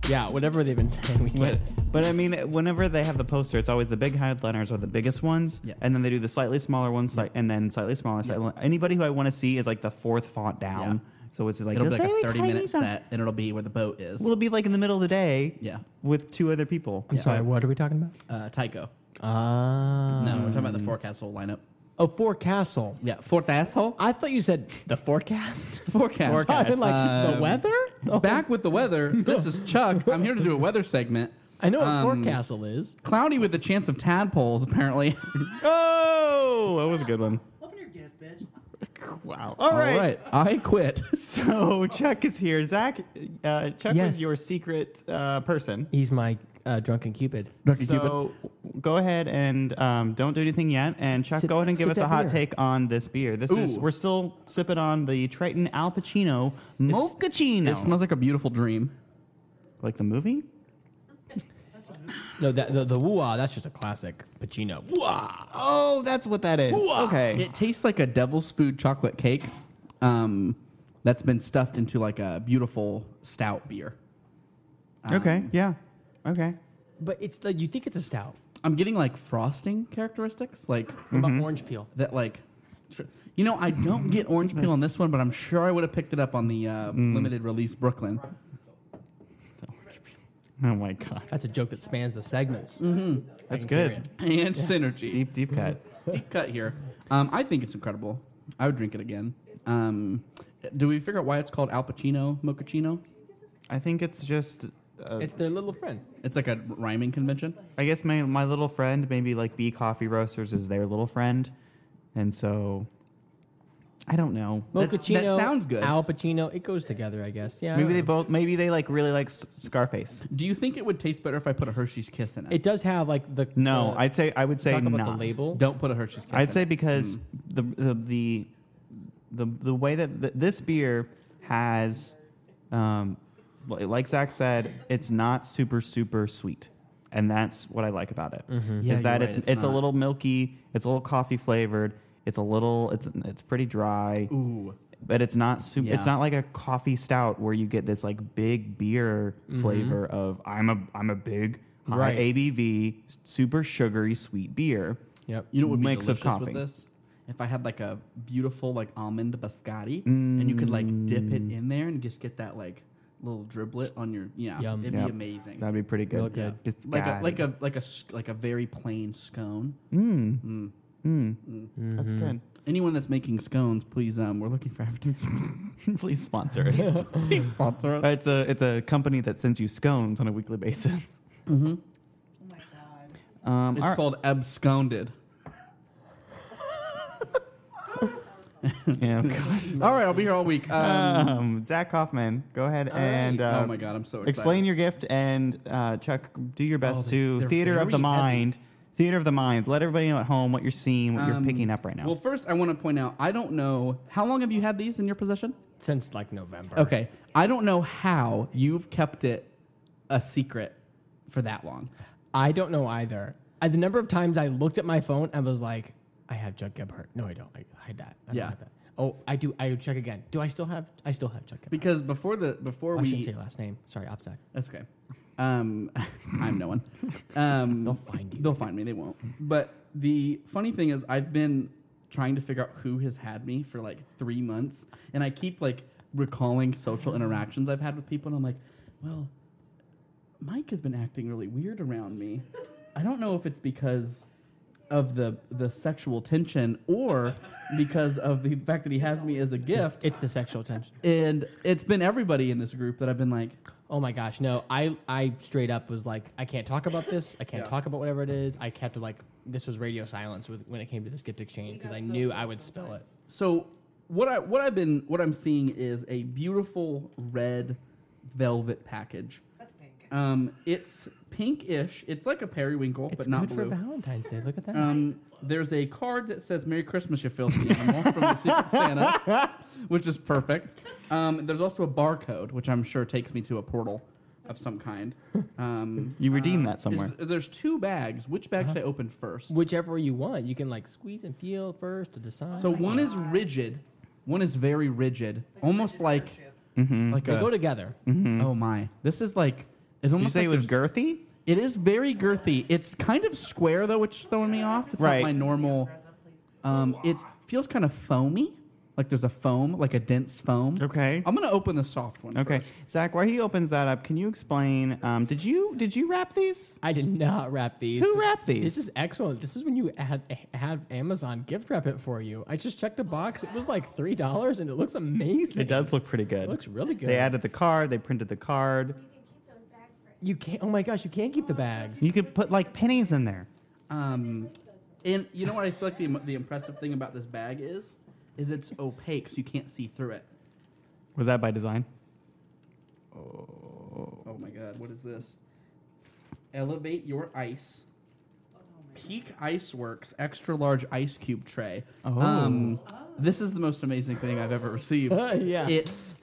Yeah, whatever they've been saying. We But, can't. but I mean, whenever they have the poster, it's always the big headliners are the biggest ones, Yeah. and then they do the slightly smaller ones, like, and then slightly smaller. Slightly, Anybody who I want to see is like the fourth font down. So it's just like It'll be "The like a very 30 tiny minute font." set, and it'll be where the boat is. Well, it'll be like in the middle of the day. Yeah. With two other people. I'm sorry, what are we talking about? Uh, Tycho. Ah. No, we're talking Um, about the forecastle lineup. Oh, forecastle. Yeah, fourth asshole. I thought you said the forecast. Forecast. (laughs) I've been like the Um, weather. Oh, Back with the (laughs) weather. This is Chuck. I'm here to do a weather segment. I know what Um, forecastle is. Cloudy with a chance of tadpoles, apparently. (laughs) Oh, that was a good one. Open your gift, bitch. Wow. All right. I quit. (laughs) So Chuck is here. Zach, uh, Chuck Yes. is your secret uh, person. He's my uh, drunken cupid. so go ahead and um, don't do anything yet. And Chuck, sip- go ahead and give sip us a that hot beer. take on this beer. This is Ooh. we're still sipping on the Triton Al Pacino Mochaccino. It smells like a beautiful dream. like the movie. No, that, the the woo-ah, That's just a classic Pacino. Woo-ah. Oh, that's what that is. Okay. It tastes like a devil's food chocolate cake um, that's been stuffed into like a beautiful stout beer. Um, okay. Yeah. Okay. But it's like you think it's a stout. I'm getting like frosting characteristics, like What Mm-hmm. about orange peel? that, like. tr- You know, I don't get orange peel on this one, but I'm sure I would have picked it up on the uh, Mm. limited release Brooklyn. Oh my god. That's a joke that spans the segments. That's can carry good. it. Mm-hmm. And synergy. Deep deep cut. (laughs) It's deep cut here. Um, I think it's incredible. I would drink it again. Um, do we figure out why it's called Al Pacino Mochaccino? I think it's just. Uh, It's their little friend. It's like a rhyming convention. I guess my my little friend, maybe like B Coffee Roasters, is their little friend, and so I don't know. That's- that Mochaccino, sounds good. Al Pacino. It goes together, I guess. Yeah. I Maybe they don't know. both. Maybe they like really like S- Scarface. Do you think it would taste better if I put a Hershey's Kiss in it? It does have like the. No, the- I'd say I would say talk about not. the label. Don't put a Hershey's Kiss. in I'd say it. Mm. because the, the the the the way that th- this beer has, um, li- like Zach said, it's not super super sweet, and that's what I like about it. Is Mm-hmm. Yeah, you're that right, it's it's it's, a not. little milky, it's a little coffee flavored, it's a little it's it's pretty dry, Ooh. but it's not super. It's Yeah. not like a coffee stout where you get this like big beer Mm-hmm. flavor of I'm a I'm a big high Right. ABV s- super sugary sweet beer. Yep. You know what would Mix of be delicious coffee. with this? If I had like a beautiful like almond biscotti, and you could like dip it Mm. in there and just get that like little driblet on your yeah, Yum. it'd Yep. be amazing. That'd be pretty good. Real good. Yeah. like a like a like a s- like a very plain scone. Mm. Mm. Mm-hmm. That's good. Anyone that's making scones, please um, we're looking for (laughs) advertisements. Please (laughs) sponsor us. please sponsor us. it's a it's a company that sends you scones on a weekly basis. Mm-hmm. Oh my god. Um, It's all right. called absconded. (laughs) Yeah, Oh, (laughs) gosh. (laughs) All right, I'll be here all week. (laughs) Um, Um, Zach Kaufman, go ahead and right. uh, Oh my God, I'm so excited. explain your gift and uh, Chuck, do your best Oh, to they're theater of very the heavy. mind. Theater of the mind. Let everybody know at home what you're seeing, what you're um, picking up right now. Well, first I want to point out I don't know how long have you had these in your possession? Since like November. Okay. I don't know how you've kept it a secret for that long. I don't know either. I, the number of times I looked at my phone and was like, I have Chuck Gebhardt. No, I don't. I hide that. I don't Yeah. have that. Oh, I do. I check again. Do I still have? I still have Chuck Gebhardt. Because before the before I shouldn't we say your last name. Sorry, Opsack. That's okay. Um, (laughs) I'm no one. Um, (laughs) They'll find you. They'll find me. They won't. But the funny thing is, I've been trying to figure out who has had me for like three months, and I keep like recalling social interactions I've had with people, and I'm like, well, Mike has been acting really weird around me. I don't know if it's because of the the sexual tension or because of the fact that he has me as a gift. It's the sexual tension. And it's been everybody in this group that I've been like, Oh my gosh, no! I I straight up was like, I can't talk about this. I can't Yeah. talk about whatever it is. I kept like this was radio silence with when it came to this gift exchange because I knew I would spill it. So what I what I've been what I'm seeing is a beautiful red velvet package. That's pink. Um, it's pinkish. It's like a periwinkle, It's but not good for blue. Valentine's Day. Look at that. Um, there's a card that says "Merry Christmas, you filthy animal" from the Secret (laughs) Santa, which is perfect. Um, there's also a barcode, which I'm sure takes me to a portal of some kind. Um, (laughs) you redeem is- that somewhere. there's two bags. Which bag should I open first? Uh-huh. Whichever you want, you can like squeeze and feel first to decide. So one is rigid, one is very rigid, almost like Mm-hmm. like they a, go together. Oh my! This is like it's Did Mm-hmm. you almost say like it was there's- girthy? It is very girthy. It's kind of square though, which is throwing me off. It's Right. not my normal. Um, it feels kind of foamy. Like there's a foam, like a dense foam. Okay. I'm gonna open the soft one. Okay, first. Zach. While he opens that up, can you explain? Um, did you did you wrap these? I did not wrap these. Who but wrapped these? This is excellent. This is when you had have Amazon gift wrap it for you. I just checked the box. It was like three dollars, and it looks amazing. It does look pretty good. It looks really good. They added the card. They printed the card. You can't. Oh my gosh, you can't keep the bags. You could put like pennies in there. Um, and you know what I feel like the the impressive thing about this bag is, is it's opaque, so you can't see through it. Was that by design? Oh my god, what is this? Elevate your ice. Peak Iceworks extra large ice cube tray. Oh. Um, this is the most amazing thing I've ever (laughs) received. Uh, Yeah. It's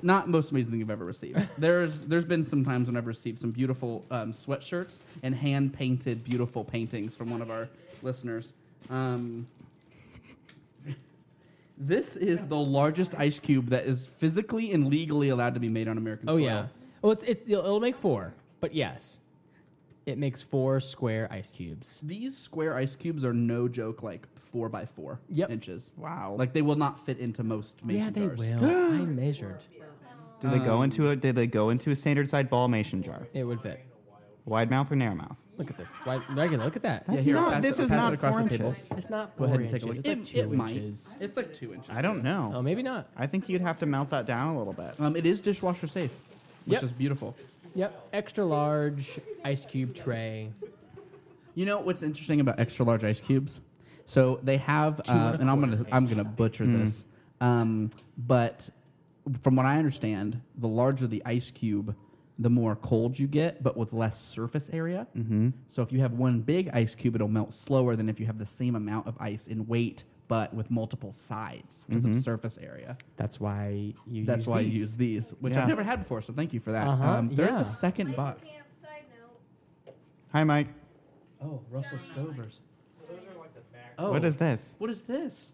not most amazing thing I've ever (laughs) received. There's there's been some times when I've received some beautiful um, sweatshirts and hand painted beautiful paintings from one of our listeners. Um, this is the largest ice cube that is physically and legally allowed to be made on American Oh soil. yeah. Well, it's it, it'll, it'll make four. But yes, it makes four square ice cubes. These square ice cubes are no joke, like four by four Yep. inches. Wow. Like they will not fit into most mason yeah, they jars. (gasps) will. (gasps) I measured. Um, Do they go into a? Did they go into a standard side ball mason jar? It would fit. Wide mouth or narrow mouth? Look at this. Why, regular, look at that. That's here, not- pass this it, is pass not it across four the table. inches. It's not Go four ahead and take a look. inches. It's like It- two it might. inches. It's like two inches. I don't know. Oh, maybe not. I think you'd have to mount that down a little bit. Um, it is dishwasher safe, which Yep. is beautiful. Yep. Extra large ice cube tray. You know what's interesting about extra large ice cubes? So they have, and uh, a and I'm quarter gonna I'm gonna butcher this, um, but from what I understand, the larger the ice cube, the more cold you get, but with less surface area. Mm-hmm. So if you have one big ice cube, it'll melt slower than if you have the same amount of ice in weight, but with multiple sides because of surface area. That's why you. That's use why these. I use these, which Yeah. I've never had before. So thank you for that. Uh-huh, Um, there's yeah. a second box. Hi, Mike. Oh, Russell Stover's. Oh, What is this? What is this?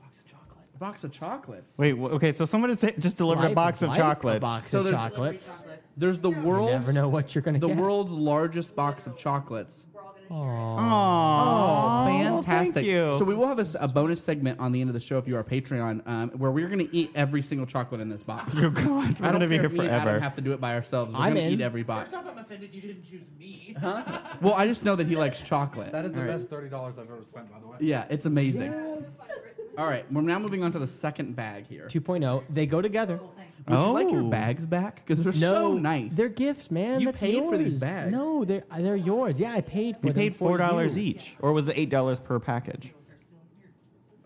Box of chocolate. Box of chocolates. Wait, wh- okay, so someone is just delivered Life a box is of like chocolates. A box So of there's- chocolates. There's the You world's never know what you're gonna the get. world's largest box of chocolates. Oh, Aw, Oh, fantastic! Thank you. So we will have a, s- a bonus segment on the end of the show if you are Patreon, um, where we're going to eat every single chocolate in this (laughs) box. oh, God, we're I going to don't be care here if me and Adam forever. have to do it by ourselves. We're I'm gonna in. eat every box. First off, I'm offended you didn't choose me. (laughs) Well, I just know that he likes chocolate. That is the All right. best thirty dollars I've ever spent, by the way. yeah, it's amazing. All right, we're now moving on to the second bag here. 2.0. oh, They go together. Would you like your Oh. bags back? Because they're No, so nice. They're gifts, man. You That's paid yours. for these bags. No, they're they're yours. Yeah, I paid for You them. paid for $4 you. each, or was it $8 per package?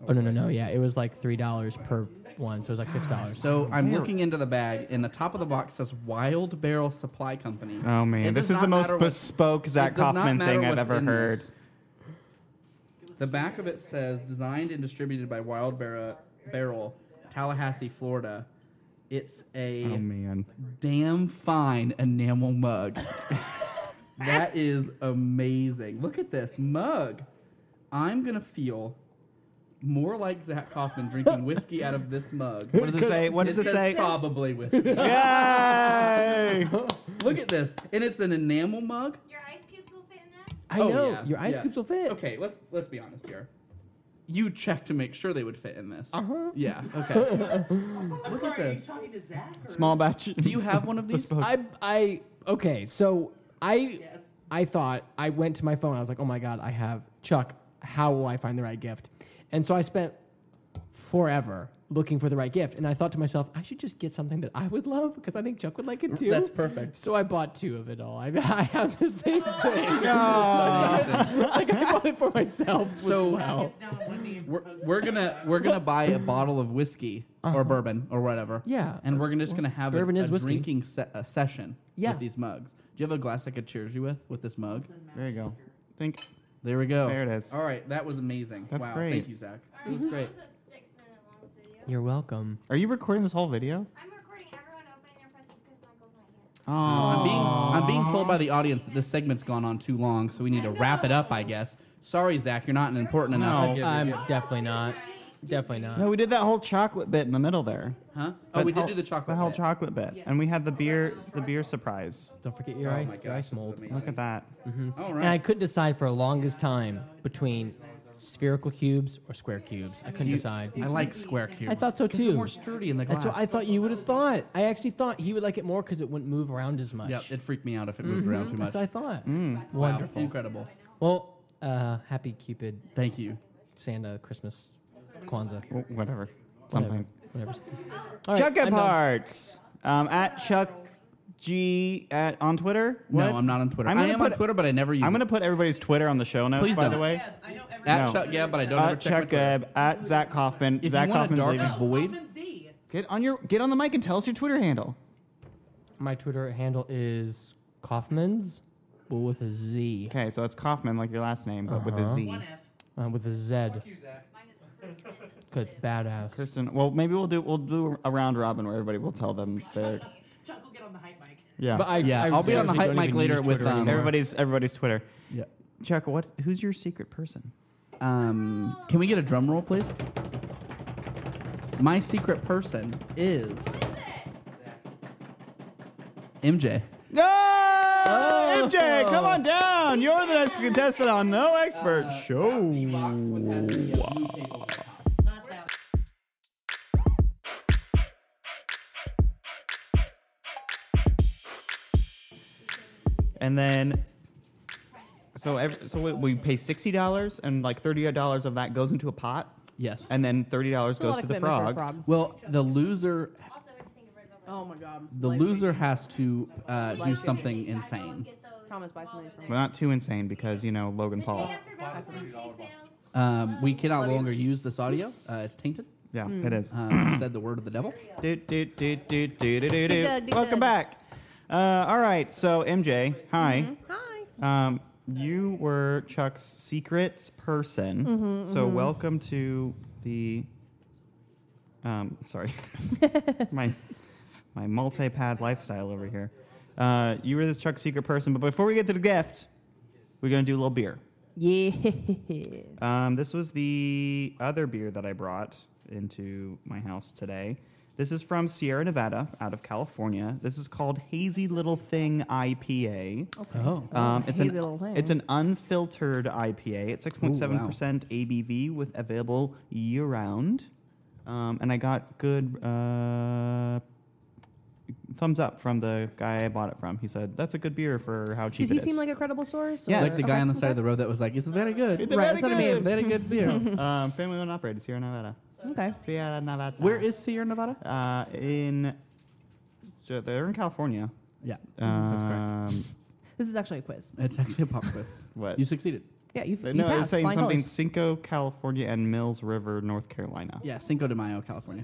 Oh no no no. Yeah, it was like three dollars per one, so it was like six dollars. Oh, So I'm looking into the bag, and the top of the box says Wild Barrel Supply Company. Oh, It man. does This is not the most matter what- bespoke it Zach does not Kaufman matter thing I've what's ever in heard. this. The back of it says designed and distributed by Wild Barra- Barrel, Tallahassee, Florida. It's a Oh, man. damn fine enamel (laughs) mug. that is amazing. Look at this mug. I'm gonna feel more like Zach Kaufman drinking whiskey out of this mug. What does it say? What does it says say? Probably whiskey. (laughs) Yay! (laughs) Look at this, and it's an enamel mug. Your ice cubes will fit in that? I Oh, know yeah, your ice yeah. cubes will fit. Okay, let's let's be honest here. You checked to make sure they would fit in this. Uh-huh. (laughs) Yeah. Okay. I'm Look sorry, at are you this. talking to Zach? Or? Small batch. Do you have (laughs) one of these? Bespoke. I I okay. So I Yes. I thought I went to my phone. I was like, oh my god, I have Chuck. How will I find the right gift? And so I spent forever looking for the right gift. And I thought to myself, I should just get something that I would love because I think Chuck would like it too. That's perfect. So I bought two of it all. I, (laughs) I have the same (laughs) thing. Amazing. (laughs) like I bought it for myself. So- So well. Gets down on one knee and We're, proposes. we're gonna we're gonna buy a bottle of whiskey or bourbon or whatever. Uh-huh. Yeah. And we're gonna just gonna have Bourbon a, is a whiskey. drinking se- a session Yeah. with these mugs. Do you have a glass I could cheers you with with this mug? There you go. Think. There we go. There it is. All right, that was amazing. That's wow, great. Thank you, Zach. It Mm-hmm. was great. That was a six minute long video. You're welcome. Are you recording this whole video? I'm recording everyone opening their presents because Michael's not here. Oh, I'm being I'm being told by the audience that this segment's gone on too long, so we need to wrap it up, I guess. Sorry, Zach, you're not an important enough. No, I'm definitely not. Definitely not. No, we did that whole chocolate bit in the middle there. Huh? Oh, we did whole- do the chocolate. The whole bit. chocolate bit, and we had the beer, the beer surprise. Don't forget your Oh ice, my your gosh, ice this is mold. amazing. Look at that. All And I right. couldn't decide for the longest time between spherical cubes or square cubes. I couldn't decide. I like square cubes. I thought so 'Cause they're too. More sturdy in the glass. That's what I thought you would have thought. I actually thought he would like it more because it wouldn't move around as much. Yeah, it freaked me out if it moved around too much. Mm-hmm. Mm. That's what I thought. Wow, Wonderful. incredible. Well, uh, happy Cupid, Thank you. Santa, Christmas, Kwanzaa, Well, whatever. whatever. Something. whatever. Chuck I'm done. and Parts. Um, at Chuck G at on Twitter. What? No, I'm not on Twitter. I'm I gonna am put- on Twitter, but I never use I'm it. gonna put everybody's Twitter on the show notes. Please by don't. the way, I know everyone. At No. Chuck Gab, but I don't ever at check my Chuck Twitter. Ebb, at Zach Kaufman. If Zach you want a Kaufman's dark leaving. void, Kaufman Z. Get on your get on the mic and tell us your Twitter handle. My Twitter handle is Kaufman's, but with a Z, Okay, so it's Kaufman, like your last name, but with a Z. One F. uh, with a Z, Fuck you, Zach. because it's badass. Kirsten. Well, maybe we'll do we'll do a round robin where everybody will tell them their Chuck will get on the hype mic. yeah. But I, Yeah, I I'll be on the seriously hype don't mic even later use with, Twitter um, anymore. everybody's everybody's Twitter. Yeah. Chuck, what? Who's your secret person? Um, can we get a drum roll, please? My secret person is MJ. No! Oh. MJ, Oh! come on down. You're the next contestant on No Expert Uh, Show. Not that. and then so every, so we, we pay sixty dollars, and like thirty dollars of that goes into a pot, Yes. and then thirty dollars It's a lot goes of to the commitment for a frog. frog. Well, the loser, Oh my god. the loser has to uh, Like do we- something insane. Thomas buy some of these from Well, not too insane because you know Logan Paul. Um, we can no longer use this audio. Uh, it's tainted. Yeah, Hmm. it is. Um, said the word of the (laughs) devil. Do, do, do, do, do, do, do, do. Dig dug, dig Welcome dug. back. Uh, all right, so MJ, hi. Hi. Um, you were Chuck's secrets person, so welcome to the. Um, sorry, my my multi-pad lifestyle over here. Uh, you were this Chuck's secret person, but before we get to the gift, we're gonna do a little beer. Yeah. (laughs) Um, this was the other beer that I brought into my house today. This is from Sierra Nevada, out of California. This is called Hazy Little Thing IPA. Oh. Um, it's, an, Hazy Little Thing. it's an unfiltered IPA. It's 6.7% ABV with available year round. Um, and I got good uh, thumbs up from the guy I bought it from. He said, That's a good beer for how cheap Did it he is." seem like a credible source? Yeah, or- Like the guy on the side of the road that was like, "It's very good." It's a Right, very that's what I good- mean. Very (laughs) good beer. (laughs) um, family owned operated, Sierra Nevada. Okay. Sierra Nevada. Where is Sierra Nevada? Uh, in so they're in California. Yeah, Um, that's correct. This is actually a quiz. It's actually a pop quiz. What? You succeeded. Yeah, you, They- you no, it's passed. saying Flying something colors. Cinco, California, and Mills River, North Carolina. Yeah, Cinco de Mayo, (laughs) California.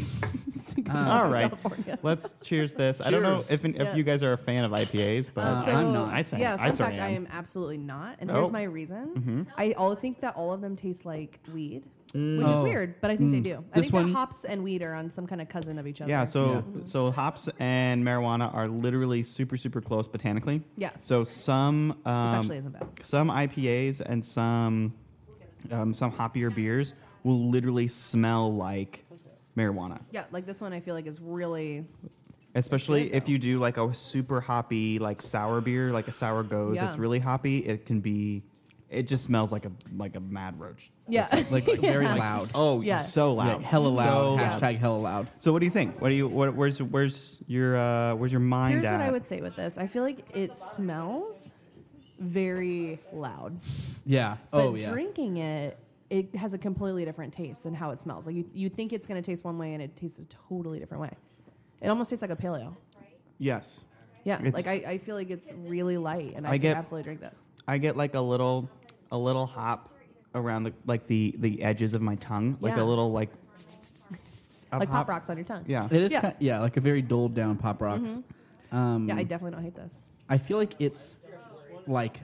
Cinco Uh, de Mayo, All right, California. let's cheers this. I don't know Cheers. if if you Yes. guys are a fan of IPAs, but Uh, so, I'm not. I say yeah, I fun certainly fact, I am. am absolutely not, and Oh. here's my reason. I all think that all of them taste like weed, which Oh. is weird, but I think they do. I This think one- that hops and weed are on some kind of cousin of each other. Yeah, so so hops and marijuana are literally super super close botanically. Yes. So some um, this actually isn't bad. some IPAs and some um, some hoppier beers will literally smell like marijuana. Yeah, like this one, I feel like is really Especially if you do like a super hoppy, like sour beer, like a sour goes. Yeah. It's really hoppy. It can be. It just smells like a like a mad roach. (laughs) yeah. Like very loud. Oh, Yeah. so loud, Like, hella So, loud. Hashtag hella loud. so what do you think? What do you? What, where's where's your uh, where's your mind Here's at? what I would say with this. I feel like it smells very loud. Yeah. But oh yeah. drinking it, it has a completely different taste than how it smells. Like you, you think it's going to taste one way and it tastes a totally different way. It almost tastes like a paleo. yes, Yeah, It's- like I, I feel like it's really light and I, I could get- absolutely drink this. I get like a little a little hop around the like the the edges of my tongue, like Yeah. a little like of Like hop. pop rocks on your tongue. Yeah, It is. Yeah. Mm-hmm. Yeah. yeah, like a very doled down pop rocks. Um, Yeah, I definitely don't hate this. I feel like it's like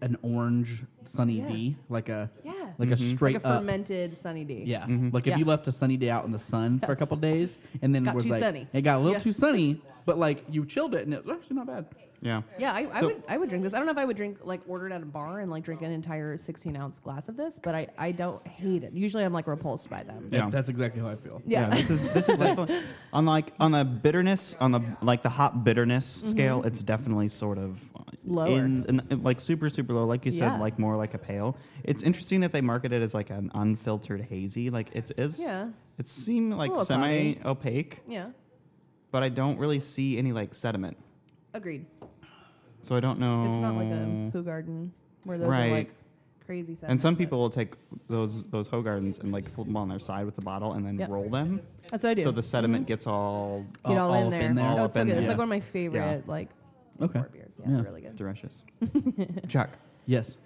an orange Sunny Yeah. D, like a Yeah. like Mm-hmm. a straight Like a up. fermented sunny D. Yeah, like if Yeah. you left a sunny day out in the sun for a Yes. couple days, and then Got was too like, sunny. it got a little Yeah. too sunny, but like you chilled it, and it was actually not bad. yeah. Yeah, I, I So- would I would drink this. I don't know if I would drink like order it at a bar and like drink an entire sixteen ounce glass of this, but I, I don't hate it. Usually I'm like repulsed by them. Yeah. that's exactly how I feel. Yeah. this is (laughs) this is definitely on like on the bitterness on the like the hop bitterness scale. It's definitely sort of Mm-hmm. Lower. in, in- in, like super super low. Like you said, Yeah. like more like a pale. It's interesting that they market it as like an unfiltered hazy. Like it is. Yeah. It seemed like little semi cloudy. opaque, Yeah. but I don't really see any like sediment. Agreed. So I don't know. It's not like a Who Garden where those Right. are like crazy stuff. And some people will take those those hoe gardens and like flip them on their side with the bottle and then Yeah. roll them, That's what I do. Mm-hmm. so the sediment gets all Get all, all in up there. in there. All No, up it's so in good. there. It's like Yeah. one of my favorite like Okay. liqueur beers. Yeah, Yeah. really good. (laughs) delicious. Chuck, Yes.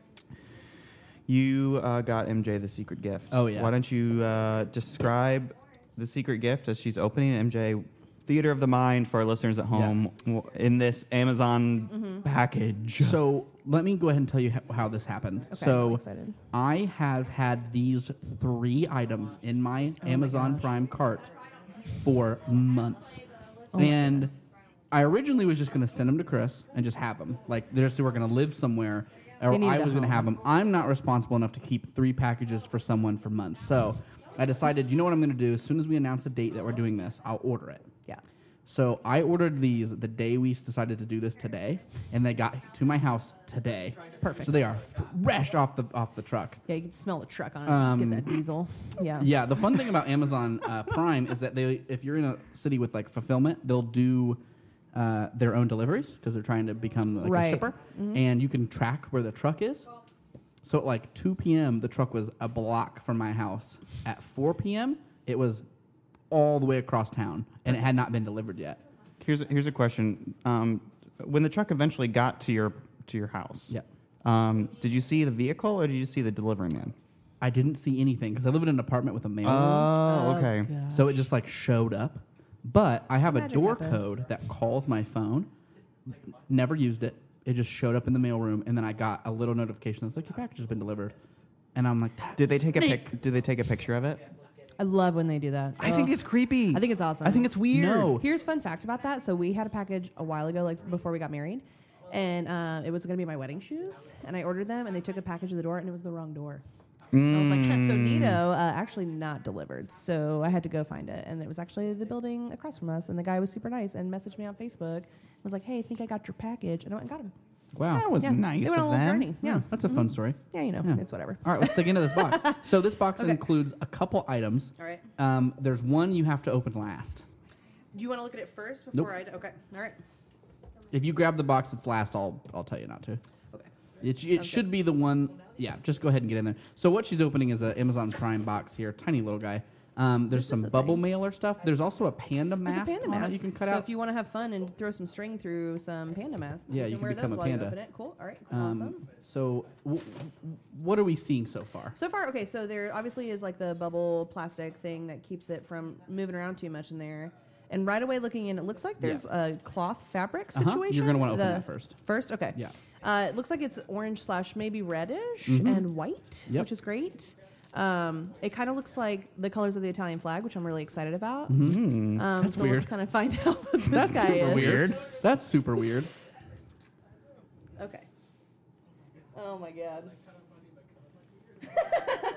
you uh, got MJ the secret gift. Oh, yeah. Why don't you uh, describe the secret gift as she's opening it, MJ? Theater of the mind for our listeners at home w- in this Amazon Mm-hmm. package. So let me go ahead and tell you ho- how this happened. I'm so excited. I have had these three items in my Oh Amazon Prime cart for months, Oh and I originally was just going to send them to Chris and just have them. Like they're just they were going to live somewhere, or They needed I a was going to home. have them. I'm not responsible enough to keep three packages for someone for months. So I decided, you know what I'm going to do? As soon as we announce a date that we're doing this, I'll order it. Yeah. So I ordered these the day we decided to do this today, and they got to my house today. Perfect. So they are fresh off the off the truck. Yeah, you can smell the truck on it. Uh, Just Um, get that diesel. Yeah. Yeah. The fun thing about Amazon uh, Prime is that they, if you're in a city with like fulfillment, they'll do uh, their own deliveries because they're trying to become like Right. a shipper, Mm-hmm. Mm-hmm. Mhm. and you can track where the truck is. So at like 2 p.m., the truck was a block from my house. At 4 p.m., it was all the way across town, and it had not been delivered yet. Here's a, here's a question. Um, when the truck eventually got to your to your house, Yep. um, did you see the vehicle or did you see the delivery man? I didn't see anything because I live in an apartment with a mail. Oh, Oh, okay. So it just like showed up, but I have a magic door happen. code that calls my phone. Never used it. It just showed up in the mailroom, and then I got a little notification that's like your package has been delivered, and I'm like, that Did they take a snake." pic? Did they take a picture of it? I love when they do that. I think it's creepy. I think it's awesome. I think it's weird. No. Here's fun fact about that. So we had a package a while ago, like before we got married, and uh, it was going to be my wedding shoes, and I ordered them, and they took a package to the door, and it was the wrong door. And I was like, so Nito uh, actually not delivered, so I had to go find it, and it was actually the building across from us, and the guy was super nice and messaged me on Facebook, was like, hey, I think I got your package, and I went and got him. Wow, That was Yeah. nice They went on a of little them. journey. Yeah. that's a fun Mhm. story. Yeah, you know, it's whatever. All right, let's dig into (laughs) this box. So this box includes a couple items. All right. Um, there's one you have to open last. Do you want to look at it first before I? Okay, all right. If you grab the box that's last, I'll I'll tell you not to. Okay. It, it Sounds should be the one. Yeah, just go ahead and get in there. So what she's opening is an Amazon Prime box here, tiny little guy. Um, there's some bubble mailer stuff. There's also a panda There's mask. a panda on it mask. You can cut so out. if you want to have fun and throw some string through some panda masks, yeah, you wear can become those a while panda. you open it. Cool. All right. Um, awesome. So w- w- what are we seeing so far? So far, okay. So there obviously is like the bubble plastic thing that keeps it from moving around too much in there. And right away, looking in, it looks like there's a cloth fabric Uh-huh. You're situation. gonna wanna open The- that first. First, okay. Yeah. Uh, it looks like it's orange slash maybe reddish Mhm. and white, Yep. which is great. Um, it kind of looks like the colors of the Italian flag, which I'm really excited about. Um, Mhm. That's so weird. let's kind of find (laughs) out what this That's guy super is. weird. That's super weird. Okay. Oh my god. (laughs)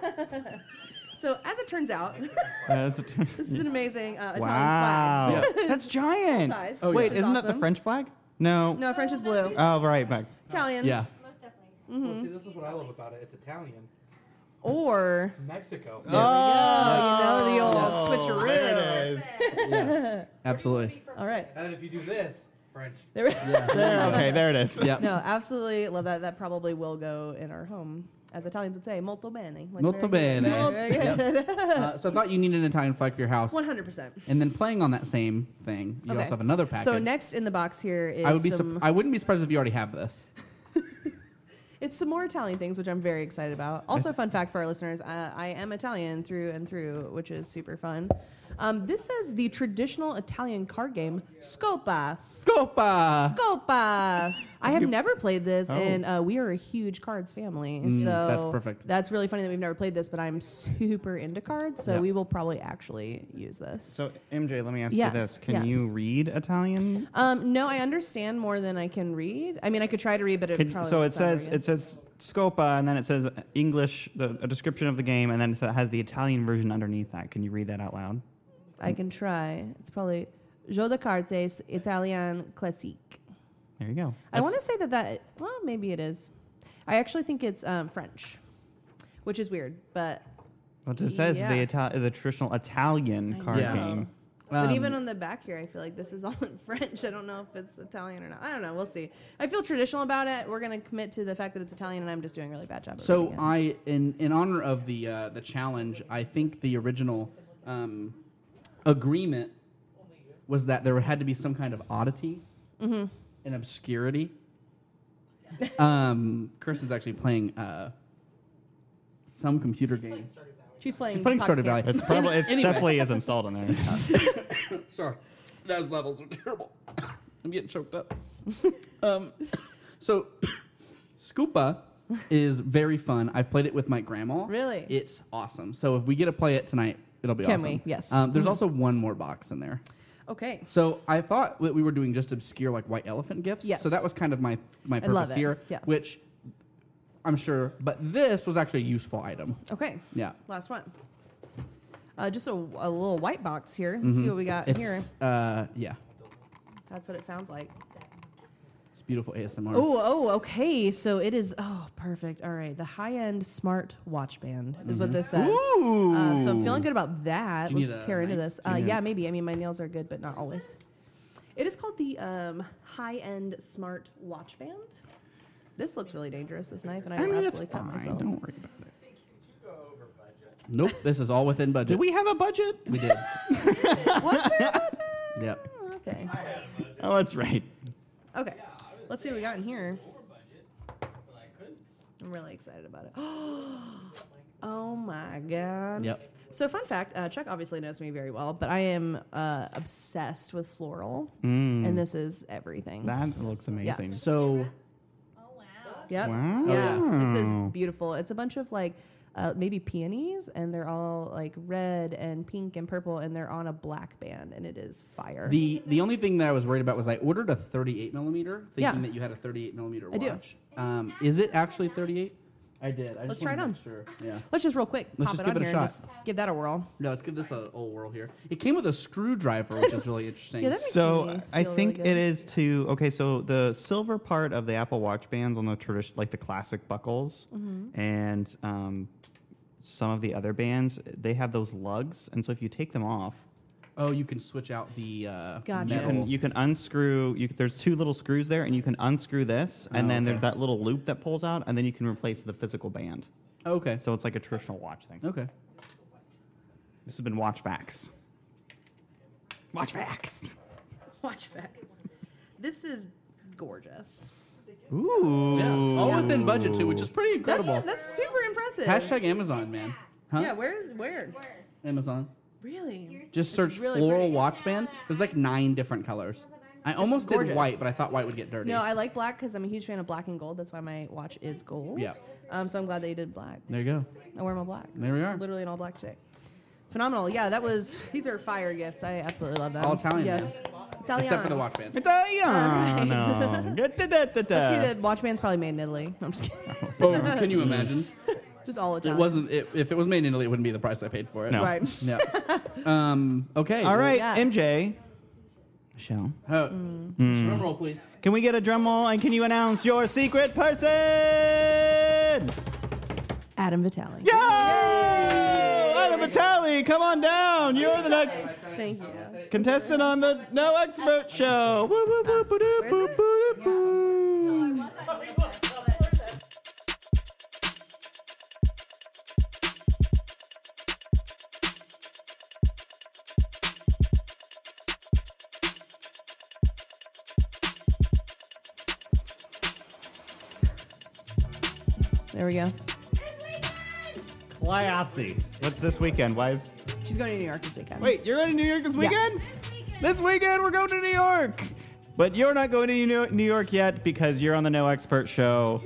so as it turns out, (laughs) That's a- (laughs) this is an amazing uh, Italian wow. flag. (laughs) That's giant. Size, Oh, which Wait, is isn't that the awesome. French flag? No. No, French is blue. Oh, right, back. Italian. Yeah. Mhm. see, this is what I love about it. It's Italian. (laughs) Or Mexico. There we go. Oh. You know the old switcheroo. There it (laughs) is. Yeah. Absolutely. All right. And then if you do this, French. There (laughs) we Okay, there it is. Yep. No, absolutely love that. That probably will go in our home, as Italians would say, molto bene. Like, Molto very bene. good. Very good. Yep. Uh, so I thought you needed an Italian flag for (laughs) your house. 100%. And then playing on that same thing, you Okay. also have another package. So next in the box here is I would be. some. Sup- I wouldn't be surprised if you already have this. It's some more Italian things, which I'm very excited about. Also, fun fact for our listeners: uh, I am Italian through and through, which is super fun. Um, this says the traditional Italian card game Scopa. Scopa. Scopa. I have never played this, Oh. and uh, we are a huge cards family. Mm, so that's perfect. That's really funny that we've never played this, but I'm super into cards, so Yeah. we will probably actually use this. So, MJ, let me ask Yes, you this: Can yes. you read Italian? Um, no, I understand more than I can read. I mean, I could try to read, but it Can- probably so it won't sound very says good. it says Scopa, and then it says English, the, a description of the game, and then it sa- has the Italian version underneath that. Can you read that out loud? I can try. It's probably Jeu de Cartes Italian Classique. There you go. I want to say that that, well, maybe it is. I actually think it's um, French, which is weird, but. Well, it just says the Yeah. Itali- the traditional Italian Um, card Yeah. game. but even on the back here, I feel like this is all in (laughs) French. I don't know if it's Italian or not. I don't know. We'll see. I feel traditional about it. We're going to commit to the fact that it's Italian, and I'm just doing a really bad job. of So reading it. I, in in honor of the uh, the challenge, I think the original um, agreement was that there had to be some kind of oddity Mm-hmm. Mhm. and obscurity. (laughs) Um, Kirsten's actually playing uh, some computer game. she's playing. She's playing Pocket Stardew Valley. Camp. It's probably it's Anyway. definitely is installed in there. (laughs) (coughs) Sorry, those levels are terrible. I'm getting choked up. um, so, Scoopa is very fun. I've played it with my grandma. Really? It's awesome. So if we get to play it tonight, it'll be Can awesome. we? Yes. Um, there's Mhm. also one more box in there. Okay. So I thought that we were doing just obscure like white elephant gifts. Yes. So that was kind of my my I purpose love it. here, Yeah. which I'm sure. But this was actually a useful item. Okay. Yeah. Last one. Uh, just a, a little white box here. Let's Mm-hmm. see Mhm. what we got It's, here. Uh, yeah, That's what it sounds like. it's beautiful ASMR. Oh, oh, okay. So it is. Oh, perfect. All right. The high-end smart watch band is what Mhm. this says. Uh, so I'm Ooh. feeling good about that. Do you need Let's a tear into knife? this. Do you Uh, need a- yeah, maybe. I mean, my nails are good, but not always. It is called the um, High End Smart Watch Band. This looks really dangerous, this knife, and I, I will mean, it's absolutely cut fine. myself. Don't worry about Nope, this is all within budget. Did we have a budget? We did. Was there? a- Yep. Okay. Oh, that's right. Okay. Let's see what we got in here. I'm really excited about it. (gasps) oh my god. Yep. So fun fact, uh, Chuck obviously knows me very well, but I am uh, obsessed with floral, Mm. and this is everything. That looks amazing. So Yep. Wow. Yeah. This is Wow. beautiful. It's a bunch of like uh, maybe peonies, and they're all like red and pink and purple, and they're on a black band, and it is fire. the the only thing that I was worried about was I ordered a 38 millimeter, thinking Yeah. that you had a 38 millimeter I do. watch. Um, is it actually 38? I did. I Let's just try wanted it to on. make Sure. Yeah. Let's just real quick Let's pop just it give on it a here and shot. just give that a whirl. No, let's give this a old whirl here. It came with a screwdriver, which is really interesting. Yeah, that makes me So I feel really think good. it is to okay. So the silver part of the Apple Watch bands on the tradition, like the classic buckles, Mm-hmm. and um, some of the other bands, they have those lugs, and so if you take them off, oh, you can switch out the uh, Gotcha. you metal. can you can unscrew. You, c- there's two little screws there, and you can unscrew this, and Oh, then okay. there's that little loop that pulls out, and then you can replace the physical band. okay. So it's like a traditional watch thing. Okay. This has been Watch Facts. Watch Facts. (laughs) Watch facts. This is gorgeous. Ooh. Yeah. All within budget too, which is pretty That's, incredible. that's super impressive. Hashtag Amazon, man. Huh? Yeah, where is where? Amazon. Really? Just It's search really floral pretty. watch band. There's like nine different colors. I almost did gorgeous. white, but I thought white would get dirty. No, I like black because I'm a huge fan of black and gold. That's why my watch is gold. Yeah. Um, so I'm glad that you did black. there you go. I wear my black. There we are. Literally an all black chick. Phenomenal. Yeah, that was. These are fire gifts. I absolutely love them. All Italian, Yes. Italian. Except for the watch band. Oh, Italiano. Da-da-da-da-da. Let's see, the watch band's probably made in Italy. I'm just kidding. (laughs) Oh, can you imagine? (laughs) Just all It Italian. wasn't. It, if it was made in Italy, it wouldn't be the price I paid for it. No. Right. (laughs) No. Um. Okay. All right, Yeah. MJ. Michelle. Uh, Drum roll, please. Mm. Can we get a drum roll and can you announce your secret person? Adam Vitale. Yo! Adam Vitale, come on down. You're the next Thank you. contestant on the No Expert Show. Woo, woo, woo, ba-doo, boo, boo, doo, boo. There we go. Classy. What's this weekend, Wise? She's going to New York this weekend. Wait, you're going to New York this weekend? This weekend, we're going to New York. But you're not going to New New York yet because you're on the No Expert Show.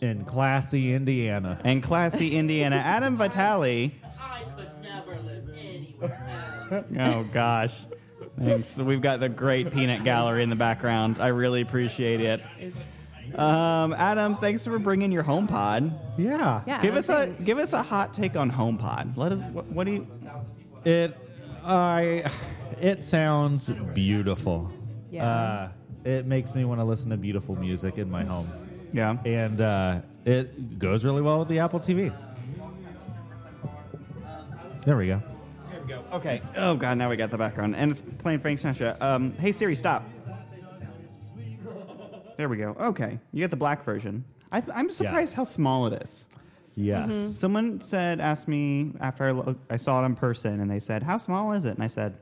in classy Indiana. and classy Indiana. Adam Vitale. I could never live anywhere (laughs) else. Oh gosh. Thanks. So we've got the great peanut gallery in the background. I really appreciate it. Um, Adam, thanks for bringing your HomePod. Yeah. Yeah. give us a thanks. give us a hot take on HomePod. Let us. What, what do you? It I it sounds beautiful. Yeah. Uh, it makes me want to listen to beautiful music in my home. Yeah. And uh, it goes really well with the Apple TV. There we go. Okay. Oh god, now we got the background, and it's playing Frank Sinatra. Um, hey Siri, stop. There we go. Okay, you get the black version. I th- I'm surprised Yes. how small it is. Mm-hmm. Yes. Someone said, asked me after I, lo- I saw it in person, and they said, "How small is it?" And I said,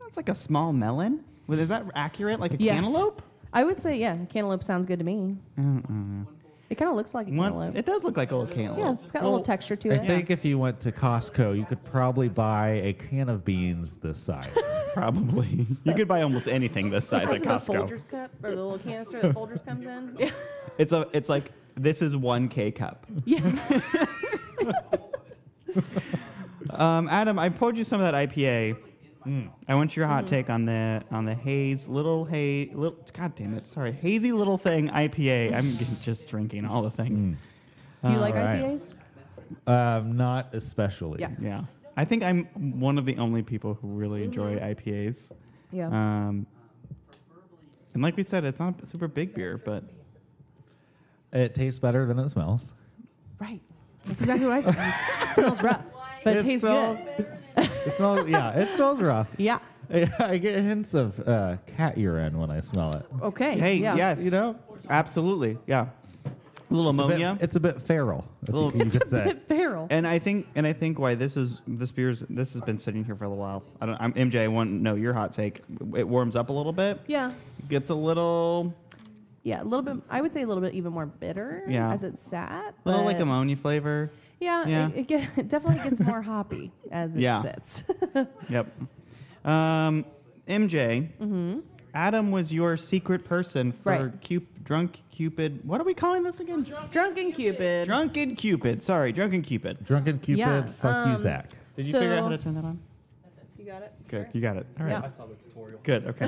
"That's like a small melon." Well, is that accurate? Like a Yes. cantaloupe? I would say, yeah, cantaloupe sounds good to me. It kind of looks like a One- cantaloupe. it does look like a little cantaloupe. yeah, it's got a Well, little texture to I it. think if you went to Costco, you could probably buy a can of beans this size. (laughs) Probably. you could buy almost anything this size at Is it the Costco. Folgers cup or the little canister that Folgers comes in? (laughs) Yeah. It's a. It's like this is one K cup. Yes. (laughs) Um, Adam, I poured you some of that IPA. I want your Mm-hmm. hot take on the on the haze little haze little god damn it sorry hazy little thing IPA. I'm (laughs) just drinking all the things. Do you like All right. IPAs? Mm. um, not especially. Yeah. Yeah. I think I'm one of the only people who really enjoy IPAs. Mm-hmm. Yeah. Um, and like we said, it's not a super big beer, but It tastes better than it smells. right. That's exactly what I (laughs) said. it smells rough, but it, tastes smells, good. It smells, yeah, it smells rough. Yeah. I, (laughs) I get hints of uh, cat urine when I smell it. Okay. Hey, yeah. yes. You know? Absolutely. Yeah. A little It's a bit- ammonia. it's a bit feral. if Little- you, (laughs) you could say. feral. And I think and I think why this is this beer's this has been sitting here for a little while. I don't I'm MJ I want to know your hot take. It warms up a little bit. Yeah. Gets a little Yeah, a little bit. I would say a little bit even more bitter Yeah. as it sat. little like but- ammonia flavor. Yeah, It, it, get, (laughs) it definitely gets more hoppy as it Yeah. sits. (laughs) yep. Um MJ, Mhm. Adam was your secret person for Right. Cup- drunk Cupid. What are we calling this again? Drunken Cupid. Drunken Cupid. Sorry, Drunken Cupid. Drunken Cupid. Yeah, fuck you, um, Zach. Did you figure out how so- to turn that on? You got it? Good, you got it. All right. Yeah. I saw the tutorial. Good. Okay.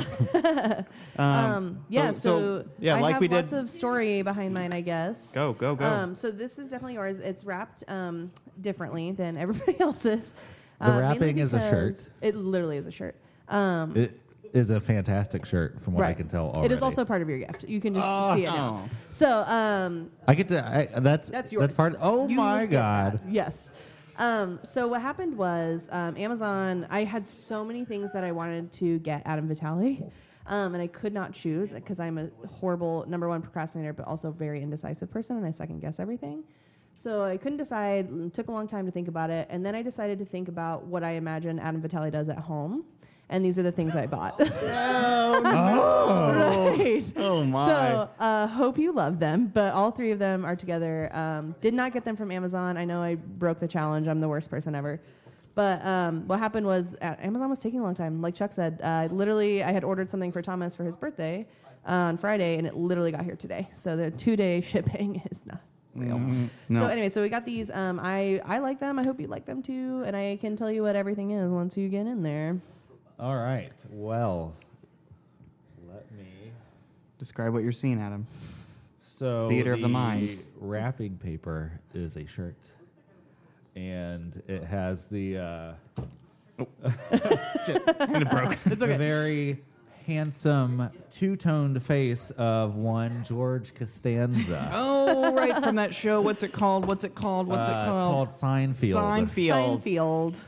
(laughs) Um, Um, yeah, so, yeah, I like have we did. lots of story behind mine, I guess. Go, go, go. Um, so this is definitely yours. It's wrapped um, differently than (laughs) everybody else's. Um, The mainly wrapping is a shirt. because It literally is a shirt. Um, It is a fantastic shirt, from what I right. can tell already. It is also part of your gift. You can just Oh. see it now. So um, I get to. I, that's That's yours. That's part. Oh You my get god. Yes. Um, so what happened was um, Amazon. I had so many things that I wanted to get Adam Vitale, um, and I could not choose because I'm a horrible number one procrastinator, but also very indecisive person, and I second guess everything. So I couldn't decide. It took a long time to think about it, and then I decided to think about what I imagine Adam Vitale does at home, and these are the things I bought. (laughs) Oh. Right. Oh, my. So uh, hope you love them, but all three of them are together. Um, did not get them from Amazon. I know I broke the challenge. I'm the worst person ever. But um, what happened was uh, Amazon was taking a long time. Like Chuck said, uh, literally, I had ordered something for Thomas for his birthday on Friday, and it literally got here today. So the two day (laughs) shipping is not real. Mm, no. So anyway, so we got these. Um, I I like them. I hope you like them too. And I can tell you what everything is once you get in there. All right. Well, let me. Describe what you're seeing, Adam. So Theater of the mind. Wrapping paper is a shirt, and it has the. Uh, (laughs) Shit, it (laughs) broke. It's okay. The very handsome two-toned face of one George Costanza. (laughs) Oh, right from that show. What's it called? What's it called? What's it Uh, it's called called? Seinfeld. Seinfeld. Seinfeld.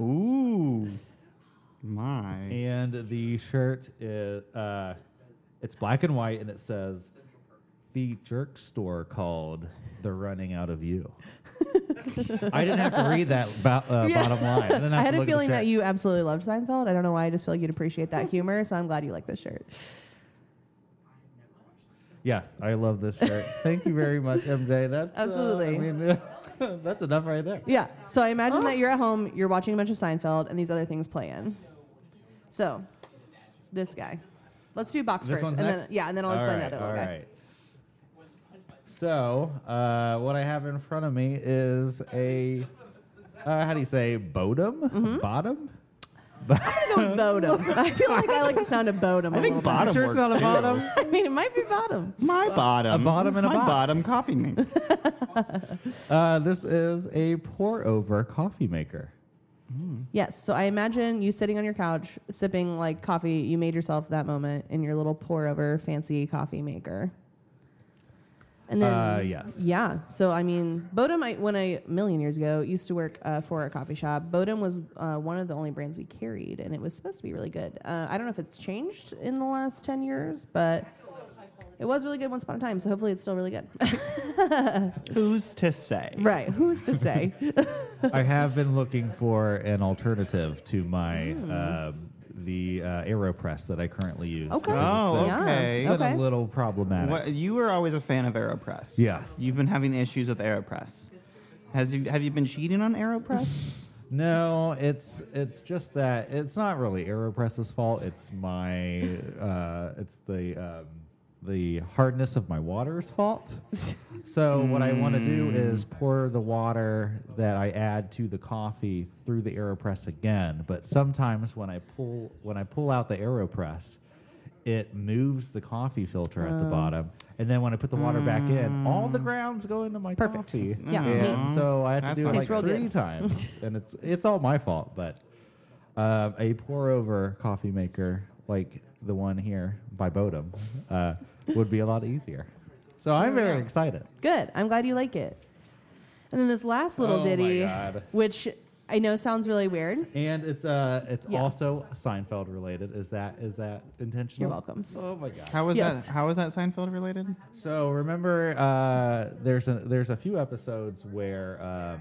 Ooh. My. And the shirt is uh, it's black and white, and it says, "The jerk store called. They're running out of you." I didn't have to read that bo- uh, (laughs) Yeah. bottom line. I, didn't have I had to a look at the feeling that shirt. you absolutely loved Seinfeld. I don't know why. I just feel like you'd appreciate that humor. So I'm glad you like this shirt. Yes, I love this shirt. Thank you very much, MJ. That's uh, Absolutely. I mean, (laughs) that's enough right there. Yeah. So I imagine Oh. that you're at home, you're watching a bunch of Seinfeld, and these other things play in. So, this guy. Let's do box This first, one's and then next? yeah, and then I'll All explain right, the other little all guy. right. So, uh, what I have in front of me is a, uh, how do you say, bodum? Mm-hmm. Bottom? (laughs) I'm gonna go with Bodum. (laughs) I feel like I like the sound of Bodum. I think bottom Sure it's works not a too. bottom? (laughs) I mean, it might be Bottom. My bottom. A bottom and a My box. bottom (laughs) coffee maker. Uh, this is a pour over coffee maker. Yes. So I imagine you sitting on your couch, sipping like coffee you made yourself that moment in your little pour over fancy coffee maker. And then, Uh, yes. Yeah. So, I mean, Bodum, I, when I, a million years ago, used to work uh, for a coffee shop, Bodum was uh, one of the only brands we carried, and it was supposed to be really good. Uh, I don't know if it's changed in the last 10 years, but it was really good once upon a time. So, hopefully, it's still really good. (laughs) Who's to say? right. Who's to say? (laughs) I have been looking for an alternative to my um, the uh, Aeropress that I currently use. Okay. because it's Oh, been- okay. It's been Okay. a little problematic. What, you were always a fan of Aeropress. Yes. You've been having issues with Aeropress. Has you have you been cheating on Aeropress? No, it's it's just that it's not really Aeropress's fault. It's my uh, it's the um, the hardness of my water's fault. So what I want to do is pour the water that I add to the coffee through the Aeropress again. But sometimes when I pull when I pull out the Aeropress, it moves the coffee filter at the bottom. And then when I put (laughs) the water back in, all the grounds go into my coffee. Yeah. And so I have to do Mm. That's not it good. like Tastes real three good. (laughs) times, and it's it's all my fault. But um, a pour over coffee maker like the one here by Bodum uh, would be a lot easier. So Oh, I'm very excited. Good. I'm glad you like it. And then this last little Oh my ditty, God. which I know it sounds really weird. And it's uh, it's Yeah. also Seinfeld related. Is that is that You're intentional? welcome. Oh my god. How was Yes. that? How was that Seinfeld related? So remember, uh, there's a there's a few episodes where um,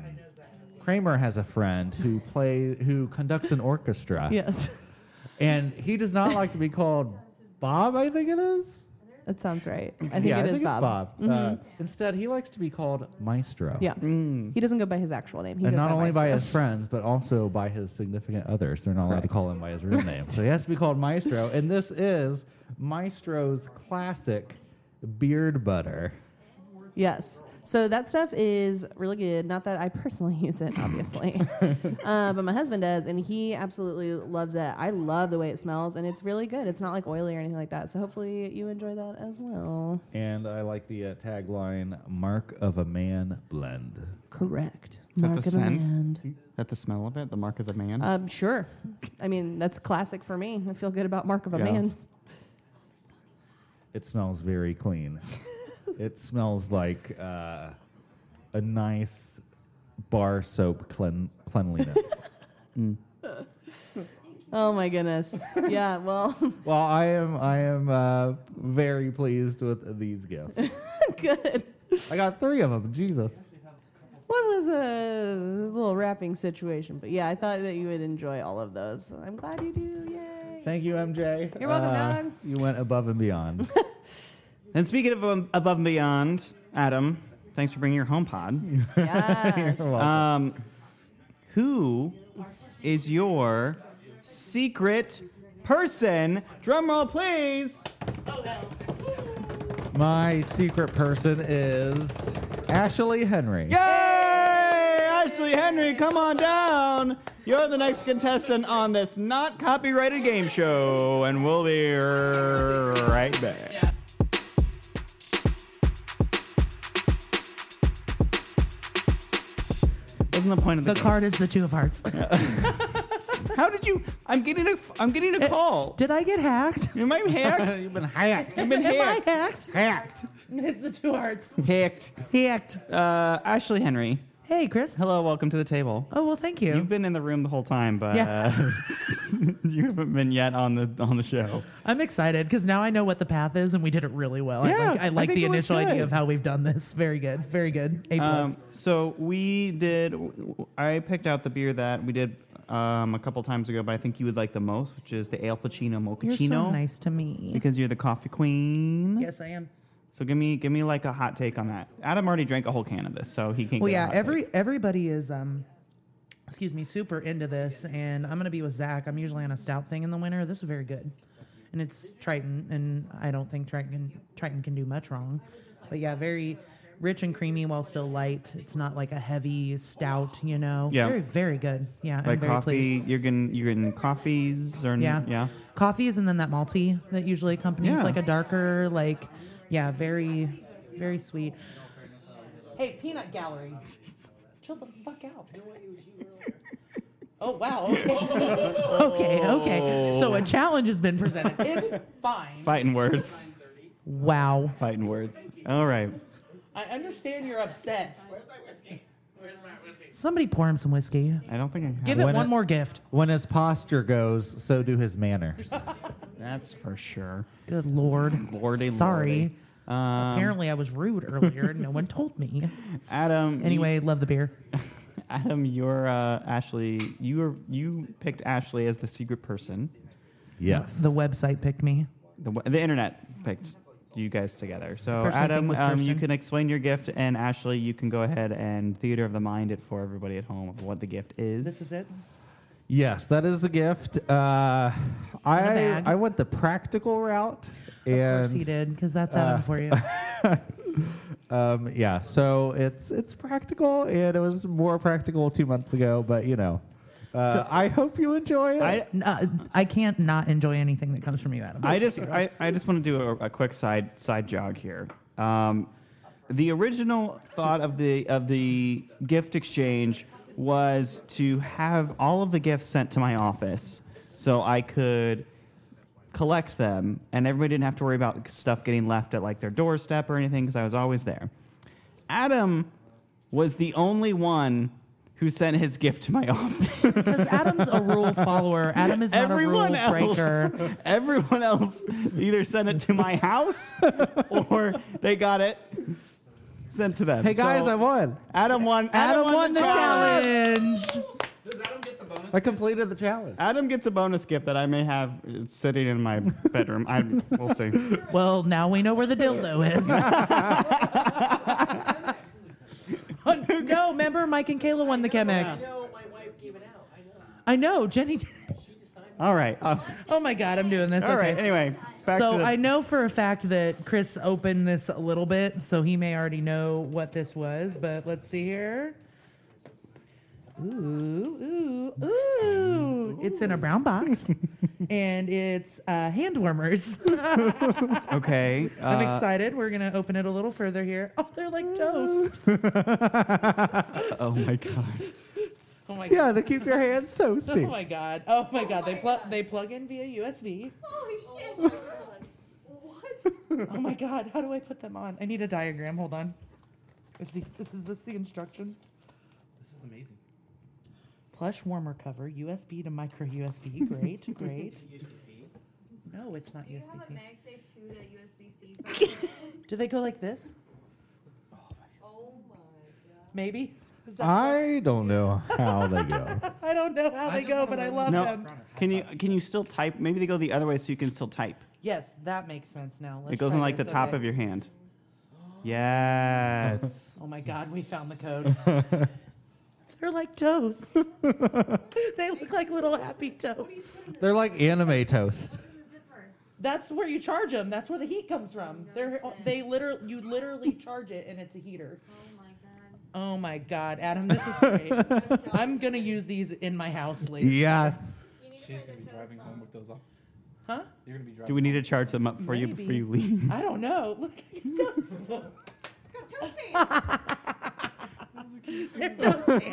Kramer has a friend who play who conducts an orchestra. (laughs) (laughs) Yes. and he does not like to be called Bob. I think it is. That sounds right. I think yeah, it I is think Bob. It's Bob. Uh, Mhm. instead, he likes to be called Maestro. yeah. He doesn't go by his actual name. He and goes not by only Maestro. by his friends, but also by his significant others. They're not allowed to call him by his real name. So he has to be called Maestro. And this is Maestro's classic beard butter. Yes. So that stuff is really good. Not that I personally (laughs) use it, (laughs) obviously, uh, but my husband does, and he absolutely loves it. I love the way it smells, and it's really good. It's not like oily or anything like that. So hopefully you enjoy that as well. And I like the uh, tagline Mark of a Man Blend. Correct. Is that Mark of the a scent? man. Is that the smell of it? The mark of the man? Um, sure. I mean, that's classic for me. I feel good about Mark of a Yeah. Man. It smells (laughs) very clean. it smells like uh, a nice bar soap clean- (laughs) cleanliness. Mm. Oh my goodness. yeah. Well, (laughs) well, I am I am uh, very pleased with these gifts. (laughs) good. I got three of them. Jesus. One was a little wrapping situation, but yeah, I thought that you would enjoy all of those. I'm glad you do. Thank you, Uh, MJ. You're welcome, Uh, dog. You went above and beyond. (laughs) And speaking of um, above and beyond, Adam, thanks for bringing your home pod. (laughs) (laughs) Yes. welcome. um, who is your secret person? Drum roll, please. My secret person is Ashley Henry. Yay! Ashley Henry, come on down. You're the next contestant on this not copyrighted game show, and we'll be right back. Wasn't the point of the, card is the two (laughs) of hearts. (laughs) How did you? I'm getting a. I'm getting a call. Eh, Did I get hacked? Am I (laughs) hacked? You've been hacked. You've been Am hacked. I hacked? Hacked. It's the two hearts. Hacked. Hacked. Uh, Ashley Henry. Hey, Chris. Hello. Welcome to the table. Oh well, thank you. You've been in the room the whole time, but Yeah. uh, (laughs) you haven't been yet on the on the show. I'm excited because now I know what the path is, and we did it really well. I Yeah, like, I I like think the it was initial good. idea of how we've done this. Very good. Very good. A plus. Um, so we did. I picked out the beer that we did um, a couple times ago, but I think you would like the most, which is the Al Pacino You're Mochaccino. so nice to me. because you're the coffee queen. Yes, I am. So give me give me like a hot take on that. Adam already drank a whole can of this, so he (laughs) can't. Well, get a yeah. hot Every everybody is um, excuse me, super into this, and I'm gonna be with Zach. I'm usually on a stout thing in the winter. This is very good, and it's Triton, and I don't think Triton can, Triton can do much wrong. But yeah, very rich and creamy while still light. It's not like a heavy stout, you know. Yeah. Very very good. Yeah. take. like I'm very pleased. coffee. You're getting you're getting coffees or Yeah. yeah. Coffees and then that malty that usually accompanies Yeah. like a darker, like yeah, very very sweet. Hey, peanut gallery. Chill the fuck out. Oh wow. (laughs) okay, okay. So Oh. a challenge has been presented. It's fine. Fighting words. Wow. Fighting words. All right. I understand you're upset. (laughs) Where's my whiskey? Where's my whiskey? Somebody pour him some whiskey. I don't think I have. Give it one more gift. When his posture goes, so do his manners. That's for sure. Good (laughs) lord. Lordy, Sorry. lordy. Um, Apparently I was rude earlier and no one told me. Adam. you- Anyway, love the beer. (laughs) Adam, you're uh, Ashley. You were you picked Ashley as the secret person. Yes. The website picked me. The w- the internet picked you guys together. So Personally, I think Adam, was um, you Kirsten. can explain your gift, and Ashley, you can go ahead and theater of the mind it for everybody at home of what the gift is. This is it. Yes, that is a gift. Uh, I bag. I went the practical route, Of and course he did, because that's Adam uh, for you. (laughs) um, yeah, so it's it's practical, and it was more practical two months ago. But you know, uh, So- I hope you enjoy it. I- N- uh, I can't not enjoy anything that comes from you, Adam. I just I, I just want to do a, a quick side side jog here. Um, the original thought of the of the gift exchange was to have all of the gifts sent to my office so I could collect them and everybody didn't have to worry about stuff getting left at like their doorstep or anything because I was always there. Adam was the only one who sent his gift to my (laughs) office. Adam's a rule follower. Adam is not a everyone rule else, breaker. (laughs) Everyone else either sent it to my house or they got it sent to them. Hey, guys, I won. Adam won. Adam won the I completed the challenge. Adam gets a bonus gift that I may have uh, sitting in my bedroom. I we'll see. Well, now we know where the dildo (laughs) is. Oh, no, remember Mike and Kayla won the Chemex. I know Jenny. did. All right. uh, oh my God, I'm doing this. All okay. right, anyway, back so to the- I know for a fact that Chris opened this a little bit, so he may already know what this was. But let's see here. Ooh, ooh, ooh! It's in a brown (laughs) box, and it's uh, hand warmers. (laughs) Okay. I'm uh, excited. We're gonna open it a little further here. (laughs) Oh, they're (laughs) like toast. Oh my god. (laughs) Oh my Yeah, God. to keep your hands toasty. (laughs) Oh my god. Oh my god. they plug they plug in via (laughs) USB. Holy shit. oh my god. How do I put them on? I need a diagram. Hold on. Is this, is this the instructions? This is amazing. Plush warmer cover, USB to (laughs) micro USB. Great, (laughs) great. No, it's not USB C. MagSafe 2 (laughs) to USB C. Do they go like Oh this? Maybe. Is that I don't know how they (laughs) go. close? (laughs) I don't know how they go, but I love no, them. Can you can you still type? Maybe they go the other way so you can still type. Yes, that makes sense now. Let's it goes try in like the this, top okay. of your hand. Yes. (laughs) Oh my God, we found the code. (laughs) They're like toast. (laughs) they look like little happy toasts. They're like anime toast. That's where you charge them. That's where the heat comes from. They're they literally you literally charge it and it's a heater. Oh my god, Adam, this is great. (laughs) I'm gonna use these in my house later. Yes. She's gonna be driving home with those off. um, Huh? You're gonna be driving. Do we need to charge them up for you before you leave? I don't know. Look, (laughs) toast. (laughs) They're toasty.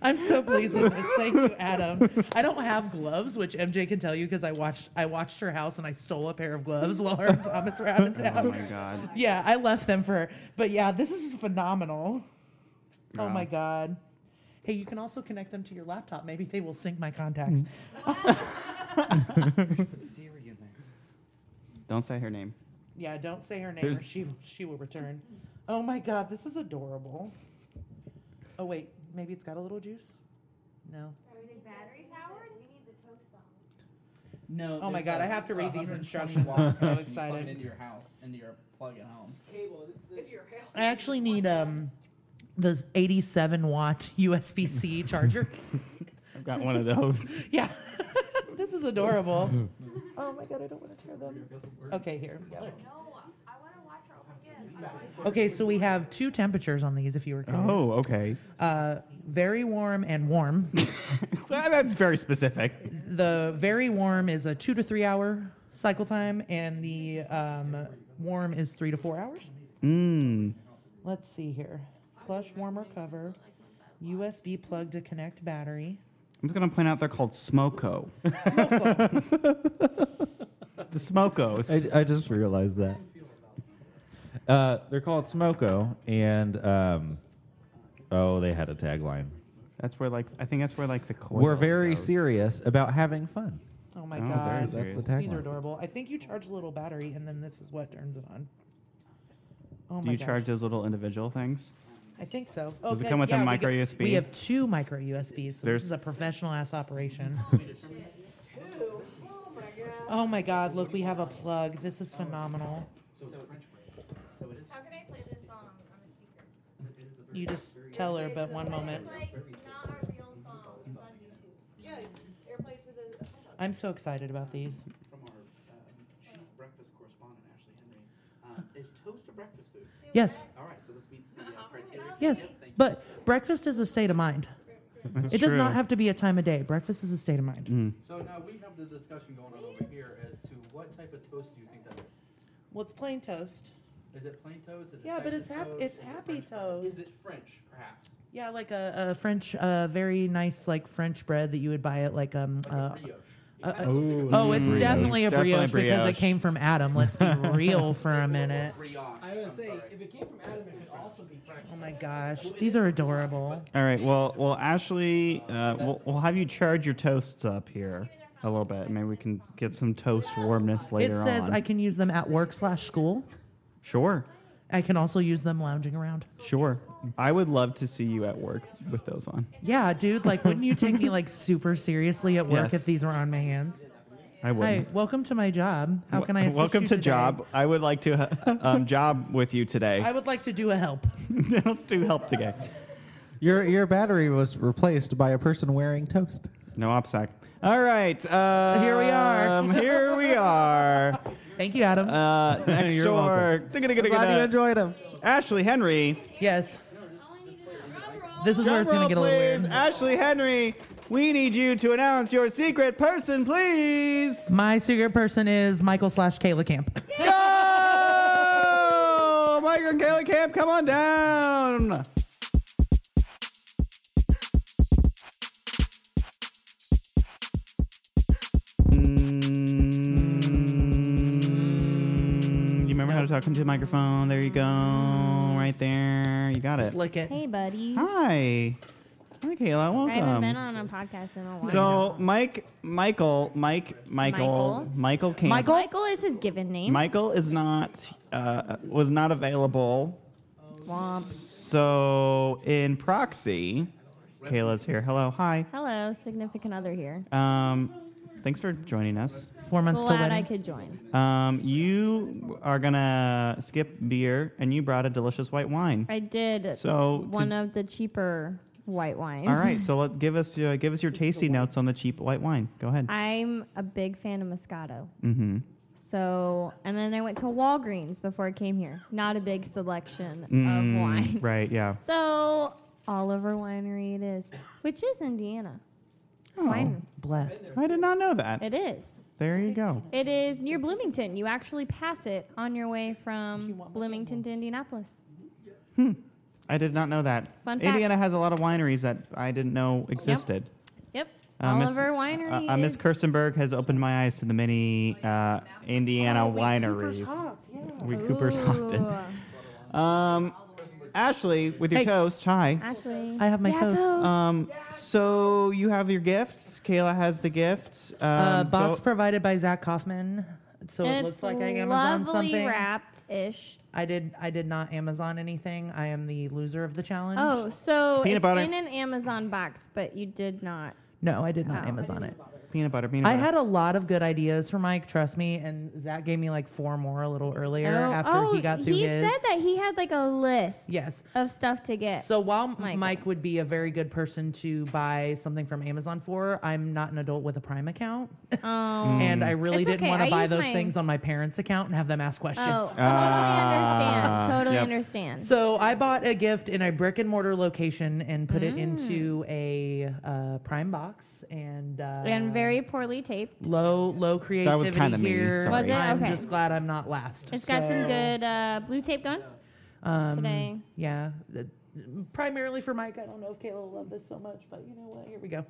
I'm so pleased with this. Thank you, Adam. I don't have gloves, which MJ can tell you because I watched I watched her house and I stole a pair of gloves while her and Thomas were out of town. Oh my god. Yeah, I left them for her. But yeah, this is phenomenal. Oh Yeah. my god. Hey, you can also connect them to your laptop. Maybe they will sync (laughs) my contacts. Put Siri in there. Don't say her name. yeah, don't say her name or There's- she she will return. Oh my god, this is adorable. Oh wait, maybe it's got a little juice? No. No. Oh my there's God, I a have to read these 120 instructions. watts (laughs) I'm so that you plug excited. it Into your house, into your plug at home. I actually need um the 87 watt (laughs) USB (laughs) C charger. I've got one of those. (laughs) Yeah. this is adorable. Oh my god, I don't want to tear them. Okay, here. we go. Okay, so we have two temperatures on these if you were curious. Oh, okay. Uh, very warm and warm. (laughs) Well, that's very specific. the very warm is a two to three hour cycle time, and the um, warm is three to four hours. Mmm. Let's see here. Plush warmer cover, USB plug to connect battery. I'm just gonna point out they're called Smoko. (laughs) the Smokos. I, I just realized that. Uh, they're called Smoko, and um, oh, they had a tagline. that's where like I think that's where like the coil We're very goes. serious about having fun. Oh my Oh, god, very That's the serious. these are tagline. adorable. I think you charge a little battery, and then this is what turns it on. Oh Do my you gosh. charge those little individual things? I think so. Does it come with a we micro got- USB? We have two micro USBs. So There's- this is a professional ass operation. oh my god! Look, we have a plug. This is phenomenal. You just (laughs) tell her, but one moment. I'm so excited about these. From our um, chief breakfast correspondent Ashley Henry, um, (laughs) is toast a breakfast food? Yes. All right, so this meets the uh, criteria. Yes, but breakfast is a state of mind. That's it does not true. Mm. have to be a time of day. Breakfast is a state of mind. So now we have the discussion going on over here as to what type of toast do you think that is? Well, it's plain toast. Is it plain toast? Is it Yeah, but Texas toast? it's hap- it's Is it happy French bread? toast. Is it French, perhaps? Yeah, like a, a French, uh, very nice, like French bread that you would buy at like um, Like a uh, brioche. Uh, uh, Ooh, oh, it's brioche. definitely a Definitely brioche, because it brioche. came from Adam. (laughs) Let's be real for a minute. I was say, if it came from Adam, it would also be French. Oh my gosh, these are adorable. All right. Well, well, Ashley, uh, we'll, we'll have you charge your toasts up here a little bit. Maybe we can get some toast warmness later It says on. I can use them at work slash school. Sure, I can also use them lounging around. sure. I would love to see you at work with those on. Yeah, dude. Like, wouldn't you take me like super seriously at work Yes. if these were on my hands? I would. Hey, welcome to my job. How can I assist Welcome you to today? job. I would like to (laughs) uh, um, job with you today. I would like to do (laughs) a help. Let's do help today. Your your battery was replaced by a person wearing toast. No opsac. All right. Um, Here we are. here we are. Thank you, Adam. Uh, next You're door. welcome. Digga-digga-digga-digga. Glad you enjoyed them. Ashley Henry. Yes. This is where it's gonna get a little please. weird. Ashley Henry, we need you to announce your secret person, please. My secret person is Michael slash Kayla Camp. Go! Oh, Michael and Kayla Camp, come on down. Mm, You remember how to talk into the microphone? There you go, right there. You got it. Just lick it. Hey, buddies. Hi. Hi, Kayla. I haven't been Welcome. on a podcast in a while. So, Mike, Michael, Mike, Michael, Michael. Michael Camp. Michael is his given name. Michael is not uh, was not available. Womp. So in proxy, Kayla's here. Hello, hi. Hello, significant other here. Um, thanks for joining us. Four Glad I could join. Um, you are gonna skip beer, and you brought a delicious white wine. I did. So to- one of the cheaper white wines. All right, so let, give us uh, give us your tasty notes on the cheap white wine. Go ahead. I'm a big fan of Moscato. Mm-hmm. So, and then I went to Walgreens before I came here. Not a big selection of wine. Mm, Right. Yeah. (laughs) So, Oliver Winery it is, which is Indiana. Oh. Wine. Blessed. I did not know that. It is. There you go. It is near Bloomington. You actually pass it on your way from Bloomington to Indianapolis. I did not know that. Fun fact. Indiana has a lot of wineries that I didn't know existed. Yep. Uh, Miss- Oliver Winery. Uh, uh, Miss is- Kirstenberg has opened my eyes to the many uh, Indiana wineries. We Cooper's hopped in. Um, Ashley, with your Hey. toast. Hi. Ashley. I have my Yeah, toast. Um, so you have your gifts. Kayla has the gift. Um, uh, go- box provided by Zach Kaufman. So it looks like I Amazon lovely something. wrapped ish. I did. I did not Amazon anything. I am the loser of the challenge. Oh, so Peanut it's butter. in an Amazon box, but you did not. no, I did not Oh. Amazon it. Peanut butter. Peanut I butter. had a lot of good ideas for Mike. Trust me. And Zach gave me like four more a little earlier oh, after oh, he got through he his. said that he had like a list. Yes. Of stuff to get. So while Michael. Mike would be a very good person to buy something from Amazon for, I'm not an adult with a Prime account, Oh. and I really It's didn't okay. want to I buy use those mine. things on my parents' account and have them ask questions. Oh, (laughs) totally Ah, understand. Totally yep. understand. So I bought a gift in a brick and mortar location and put Mm. it into a uh, Prime box and uh, and very poorly taped. low low creativity was kinda me, here. sorry. Was it? I'm Okay. just glad I'm not last. It's got some So, good uh, blue tape gone. um, today. Yeah. The- Primarily for Mike. I don't know if Kayla will love this so much, but you know what? Here we go.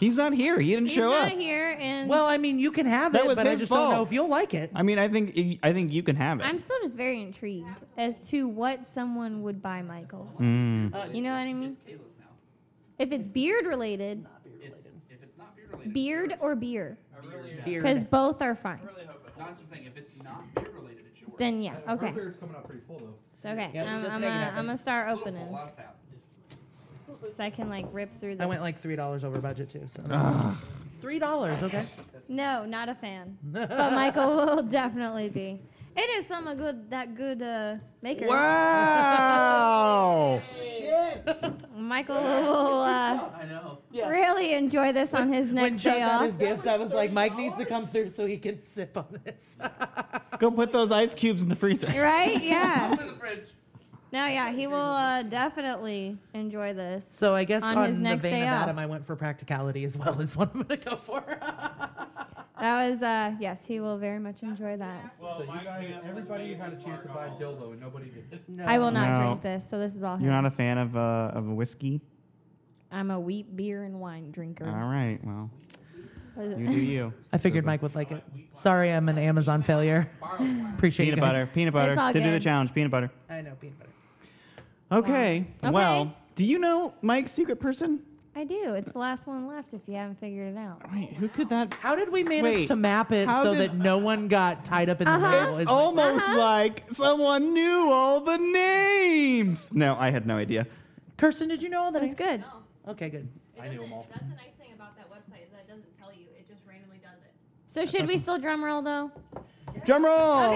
He's not here. He didn't He's show not up. here, and Well, I mean, you can have That it, was but I his just don't know fault. if you'll like it. I mean, I think I think you can have it. I'm still just very intrigued as to what someone would buy Michael. Mm. Uh, you know what I mean? If it's beard related, If it's not beer related, beard or beer, Beard. because both are fine. No, that's what I'm saying. If it's not beer related, it's yours. Then yeah, okay. coming out pretty full though. So okay, Yeah, I'm, let's I'm, make it gonna, happen. I'm gonna start Little opening, full ass out. so I can like rip through. This. I went like three dollars over budget too. So Ugh. three dollars, okay. No, not a (laughs) fan. but Michael will definitely be. It is some a good that good uh, maker. (laughs) Wow. Michael will uh, I know. really enjoy this on his When next Chuck day got his (laughs) off. gift, I was like, Mike needs to come through so he can sip on this. (laughs) Go put those ice cubes in the freezer. (laughs) (laughs) Right? Yeah. Open the fridge. No, yeah, he will uh, definitely enjoy this. So I guess on, on, his the next vein day of off. Adam, I went for practicality as well as what I'm gonna go for. That was uh, yes, he will very much enjoy that. Well, so you guys, everybody had a chance to buy dildo and nobody did. I will not No. drink this, so this is all You're him. not a fan of uh, of whiskey. I'm a wheat beer and wine drinker. (laughs) All right. Well, You do you. I figured Mike would like it. Sorry, I'm an Amazon failure. (laughs) Appreciate peanut you guys. butter. Peanut butter. They do the challenge. Peanut butter. I know peanut butter. Okay. Okay. Well, do you know Mike's secret person? I do. It's the last one left if you haven't figured it out. Wait, who could that? How did we manage Wait, to map it how so did- that no one got tied up in the Uh-huh. middle? It's almost like someone knew all the names. No, I had no idea. Kirsten, did you know all that? That's Oh, good. Okay, good. I knew them all. That's the nice thing about that website is that it doesn't tell you; it just randomly does it. So should we still drum roll though? Drum roll. Ah,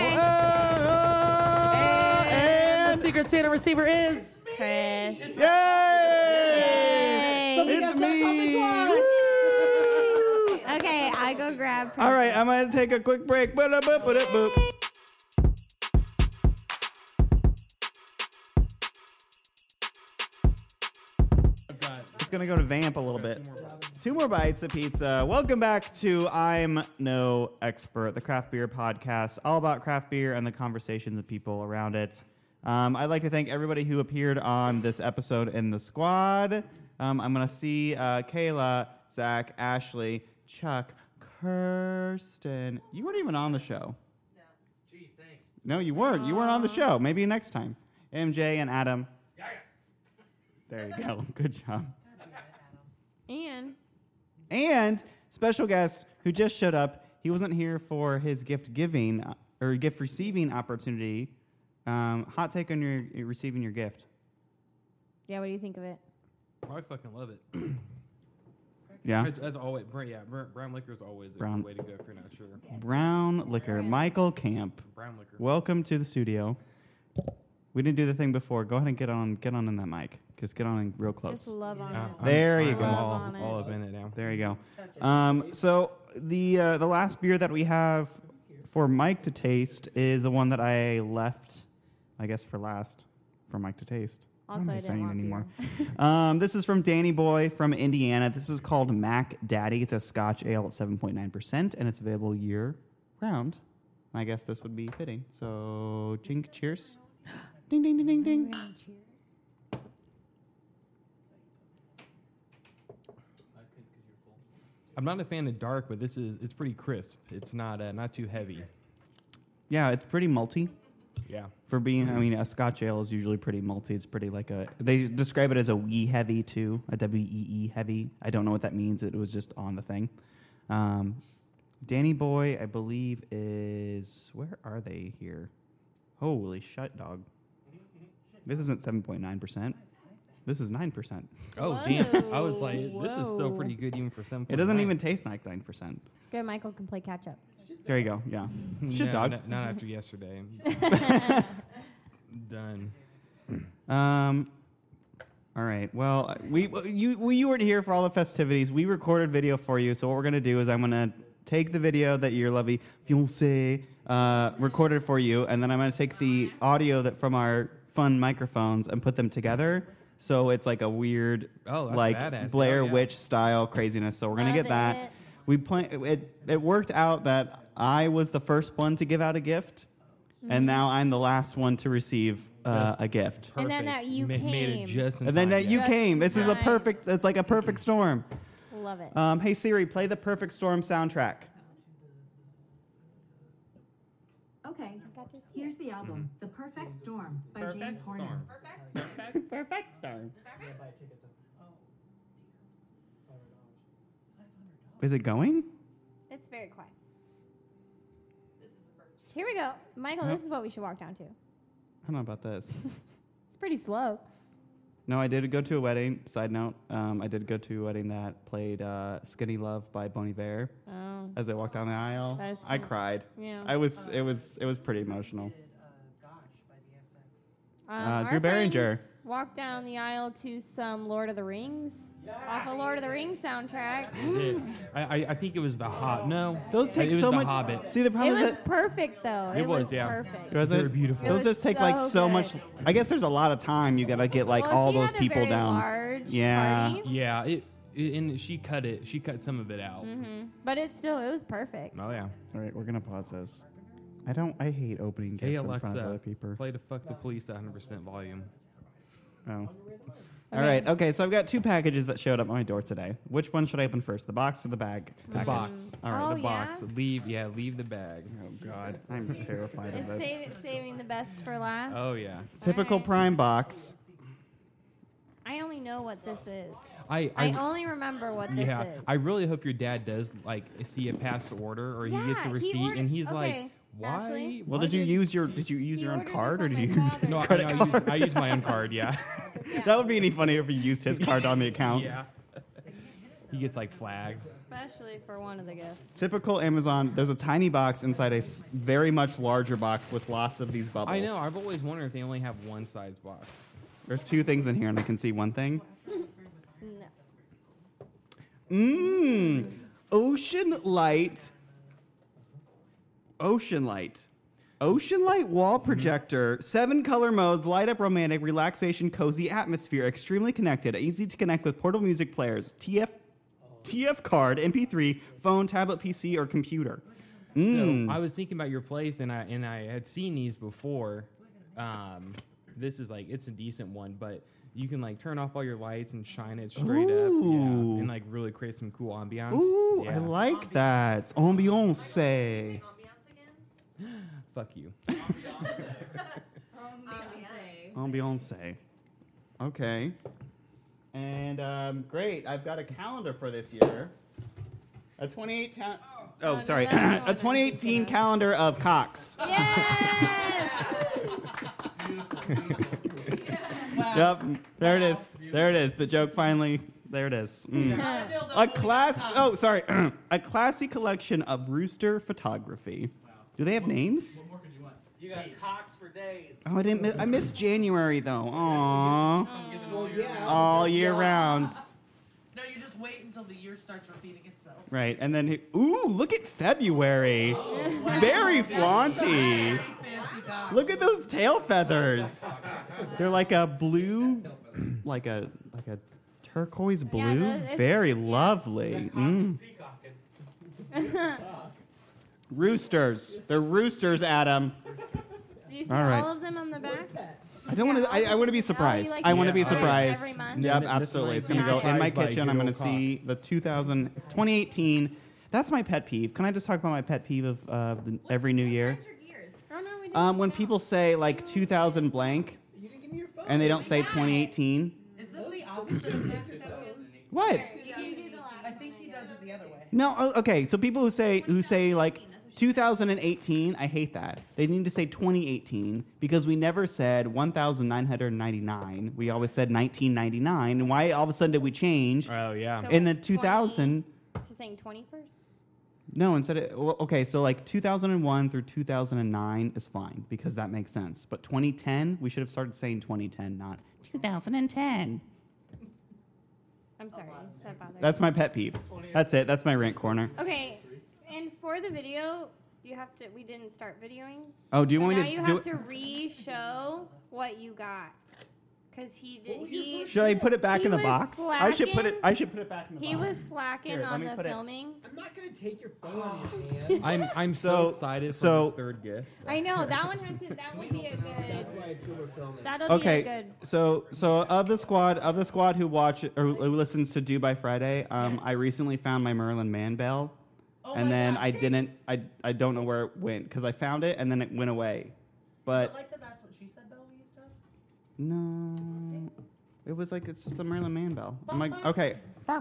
Okay. and, the Secret Santa receiver is Chris. Yay! Yay! Somebody It's got that me. Okay, I go grab. All right, I'm gonna take a quick break. Boop, boop, boop, boop. It's gonna go to vamp a little bit. Two more bites of pizza. Welcome back to I'm No Expert, the craft beer podcast, all about craft beer and the conversations of people around it. Um, I'd like to thank everybody who appeared on this episode in the squad. Um, I'm gonna see uh, Kayla, Zach, Ashley, Chuck, Kirsten. You weren't even on the show. No, you weren't. You weren't on the show. Maybe next time. MJ and Adam. There you go. Good job. uh, And And special guest who just showed up. He wasn't here for his gift giving uh, or gift receiving opportunity. Um, hot take on your uh, receiving your gift. yeah, what do you think of it? I fucking love it. (coughs) (coughs) Yeah. As, as always, brown, yeah, brown, brown liquor is always a Brown. good way to go if you're not sure. Brown liquor. Michael Camp. Brown liquor. Welcome to the studio. We didn't do the thing before. Go ahead and get on. Get on in that mic. Just get on in real close. Just love on it. There you I'm go. all- Love on all it. up in it now. There you go. Um, so the uh, the last beer that we have for Mike to taste is the one that I left, I guess, for last for Mike to taste. Also, what am I I didn't saying want anymore? (laughs) um, this is from Danny Boy from Indiana. This is called Mac Daddy. It's a Scotch ale at seven point nine percent, and it's available year round. I guess this would be fitting. So, chink, cheers. Ding ding ding ding ding. Um, I'm not a fan of dark, but this is it's pretty crisp. It's not uh, not too heavy. Yeah, it's pretty malty. Yeah. Mm-hmm. For being, I mean, a Scotch ale is usually pretty malty. It's pretty like a. They describe it as a wee heavy too, a W E E heavy. I don't know what that means. It was just on the thing. Um, Danny Boy, I believe, is where are they here? Holy shut dog! This isn't seven point nine percent. This is nine percent. Oh damn! I was like, this is still pretty good even for some. It doesn't even taste like nine percent. Good, Michael can play catch up. There you go. (laughs) Yeah. Shit No, dog. no- Not, after yesterday. Done. Um. All right. Well, we you we, you weren't here for all the festivities. We recorded video for you. So what we're gonna do is I'm gonna take the video that your lovely fiance uh, recorded for you, and then I'm gonna take the audio that from our fun microphones and put them together. So it's like a weird, Oh, that's like badass. Hell Blair yeah. Witch style craziness. So we're gonna Love get that. it. We plan. It it worked out that I was the first one to give out a gift, Mm-hmm. and now I'm the last one to receive uh, That's a gift And then that you Ma- made it came. just in and then time, that you Just came. This is a time. perfect. It's like a perfect storm. Love it. Um, hey Siri, play the Perfect Storm soundtrack. Okay, here's the album, Mm-hmm. The Perfect Storm by James Horner. Perfect. Perfect Storm. Is it going? It's very quiet. Here we go. Michael, Huh? this is what we should walk down to. I don't know (laughs) about this. It's pretty slow. no, I did go to a wedding. Side note, um, I did go to a wedding that played uh, "Skinny Love" by Bon Iver. Oh. As I walked down the aisle, That is I cute. cried. Yeah. I was. It was. It was pretty emotional. Um, Uh, our Drew Barringer. friends Walked down the aisle to some Lord of the Rings off a Lord of the Rings soundtrack. Yeah. I, I I think it was the Hobbit. No, Those it take was so the much- Hobbit. See, the It was perfect though. It, was, yeah. perfect. It was They're beautiful. It Those was just take like so so good. much. I guess there's a lot of time you gotta get like Well, all she those had a people very down. large yeah. party. Yeah. It, it- and she cut it. She cut some of it out. hmm But it still it was perfect. Oh yeah. All right, we're gonna pause this. I don't. I hate opening gifts Hey in front of Alexa, other people. play to fuck the police at 100 percent volume. Oh. All right. Okay. So I've got two packages that showed up on my door today. Which one should I open first, the box or the bag? The box. All right. Oh, the yeah? box. Leave, yeah, leave the bag. Oh God, I'm terrified of Is this. save, saving the best for last? Oh yeah. Typical Prime box. I only know what this is. I- I, I- only remember what this yeah, is. I really hope your dad does like see a past order or he gets a Yeah, he receipt ordered- and he's okay, like, "Why? Ashley? Well, why did you use your did you use your own card or did you use his No, I- no, credit I used- card? I used my own card, (laughs) yeah. that would be any funnier if you used his card on the (laughs) account. Yeah. He gets like flagged. Especially for one of the gifts. (laughs) Typical Amazon. There's a tiny box inside a s- very much larger box with lots of these bubbles. I know. I've always wondered if they only have one size box. There's two things in here, and I can see one thing. No. (laughs) Mmm. Ocean light. Ocean light. Ocean light Mm-hmm. wall projector. Seven color modes. Light up romantic, relaxation, cozy atmosphere. Extremely connected. Easy to connect with portable music players. TF, TF card, MP3, phone, tablet, PC, or computer. Mm. So I was thinking about your place, and I and I had seen these before. Um, this is like it's a decent one, but you can like turn off all your lights and shine it straight up, yeah, Ooh. and like really create some cool ambiance. Ooh, I Yeah. like that. Ambiance. Fuck you. (laughs) Ambiance. Okay. And um, great. I've got a calendar for this year. A 28 ta- Oh, Oh, no, sorry. (laughs) that's the one I a 2018 calendar of Cox. (laughs) Yep. There it is. There it is. The joke finally. There it is. Mm. A class. Oh, sorry. (clears throat) a classy collection of rooster photography. Do they have names? You got Cox for days. Oh, I didn't. Mi- I missed January though. Aw. Well, yeah. All year round. No, you just wait until the year starts repeating itself. Right, and then he- ooh, look at February. Oh, Very wow. flaunty. Look at those tail feathers. They're like a blue, like a like a turquoise blue. those- it's- Very lovely. Mm. Roosters. They're roosters, Adam. Do you see All right. all of them on the back? I don't want to. I, I want to be surprised. like I want to to be order surprised. every month? Yep, No, this absolutely. might It's going to be go in my surprised by kitchen. I'm going to good old see the 2000, 2018. That's my pet peeve. Can I just talk about my pet peeve of uh, the, every new year? Oh, no, we didn't. Um, when people say like 2000 blank, and they don't say 2018. Is this the opposite of tax token? What? I think he does it the other way. No. oh, Okay. So people who say who say like 2018, I hate that. They need to say 2018 because we never said 1999. We always said 1999. And why all of a sudden did we change? Oh yeah. And then 2000. To saying 21st? No, instead of well, okay, so like 2001 through 2009 is fine because that makes sense. But 2010, we should have started saying 2010, not 2010. I'm sorry. Does that bother you? That's my pet peeve. That's it. That's my rant corner. Okay, and for the video, you have to. We didn't start videoing. Oh, do you so want me now to you do have it- to re-show what you got, because he did. He, Should I put it back he in the was (laughs) box? I should put it. slacking. I should put it back in the He box. was slacking Here, let on me the put it- filming. I'm not gonna take your phone. (gasps) (laughs) I'm I'm so, So- excited so- for this third gift. I know that one has to. That would (laughs) be a good. That'll okay. be a good. So so of the squad of the squad who watch or who listens to Do by Friday, um, I recently found my Merlin Man bell, Oh and then I didn't. I I don't know where it went because I found it and then it went away, but. like the That's What She Said Bell we used to have? No. It was like it's just a Marilyn Man bell. I'm like, okay, all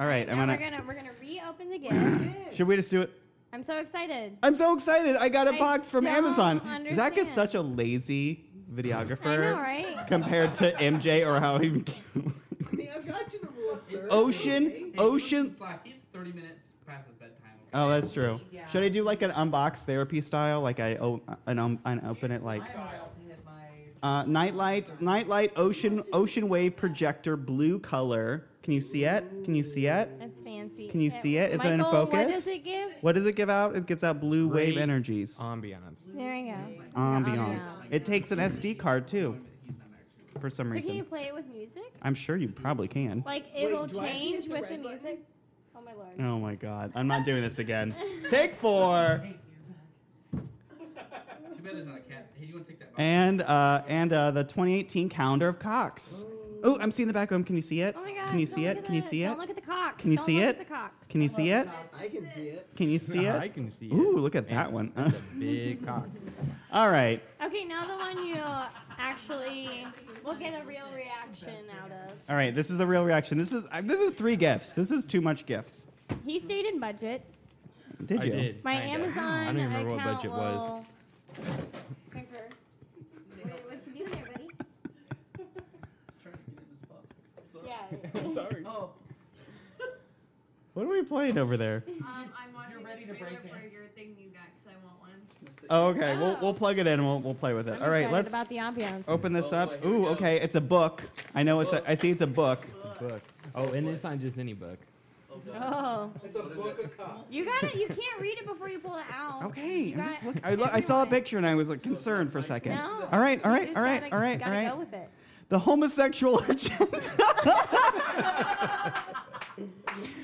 right. I'm Now gonna. we're gonna we're gonna reopen (clears throat) the gift. Should we just do it? I'm so excited. I'm so excited! I got a I box from don't Amazon. Zach understand. is such a lazy videographer I know, right? compared to MJ or how he. Ocean, ocean. He's 30 minutes past his bedtime. Oh, that's true. Should I do like an unbox therapy style? Like I o- an um, an open it like. Uh, nightlight, nightlight, ocean, ocean wave projector, blue color. Can you see it? Can you see it? That's fancy. Can you see it? Is Michael, it in focus? what does it give? What does it give out? It gives out blue wave Great energies. (laughs) Ambiance. There you go. Ambiance. It takes an SD card too, for some So can you reason. play it with music? I'm sure you probably can. Like Wait, it'll do I have to hit change the with the red music. Oh my lord. Oh my god, I'm not doing this again. Take four. bad there's not a cat. Hey, do you want to take that? and uh, and uh, the 2018 calendar of Cox. Oh, I'm seeing the back of him. Can you see it? Oh my gosh. Can you see don't look it? at Can you the- see it? Don't look at the cocks. Can you Don't see look it? at the cocks. Can you see it? I can see it. Can you see (laughs) it? I can see it. Ooh, look at that one. (laughs) That's a big cock. All right. Okay, now the one you actually will get a real reaction out of. All right. This is the real reaction. This is I this is three gifts. This is too much gifts. He stayed in budget. Did I you? did. My Kinda. Amazon I don't even remember what account budget will was. Concur. Wait, what you doing there, buddy? Yeah. (laughs) Sorry. Oh. What are we playing over there? Um, I'm watching You're ready the to trailer break for dance. your thing you got because I want one. Oh, okay. We'll, we'll plug it in. and We'll, we'll play with it. I'm All right. excited Let's about the ambiance. open this up. Ooh. Okay. It's a book. I know it's a. I see it's a book. book. Oh, and it's not just any book. Oh. It's a book of cops. You got it. You can't read it before you pull it out. Okay, Oh, You I'm got- just look, (laughs) I, lo- I saw a picture and I was like concerned for a second. No. All right, all You right, just all right, gotta- all right, all gotta right. go with it. The homosexual (laughs) agenda.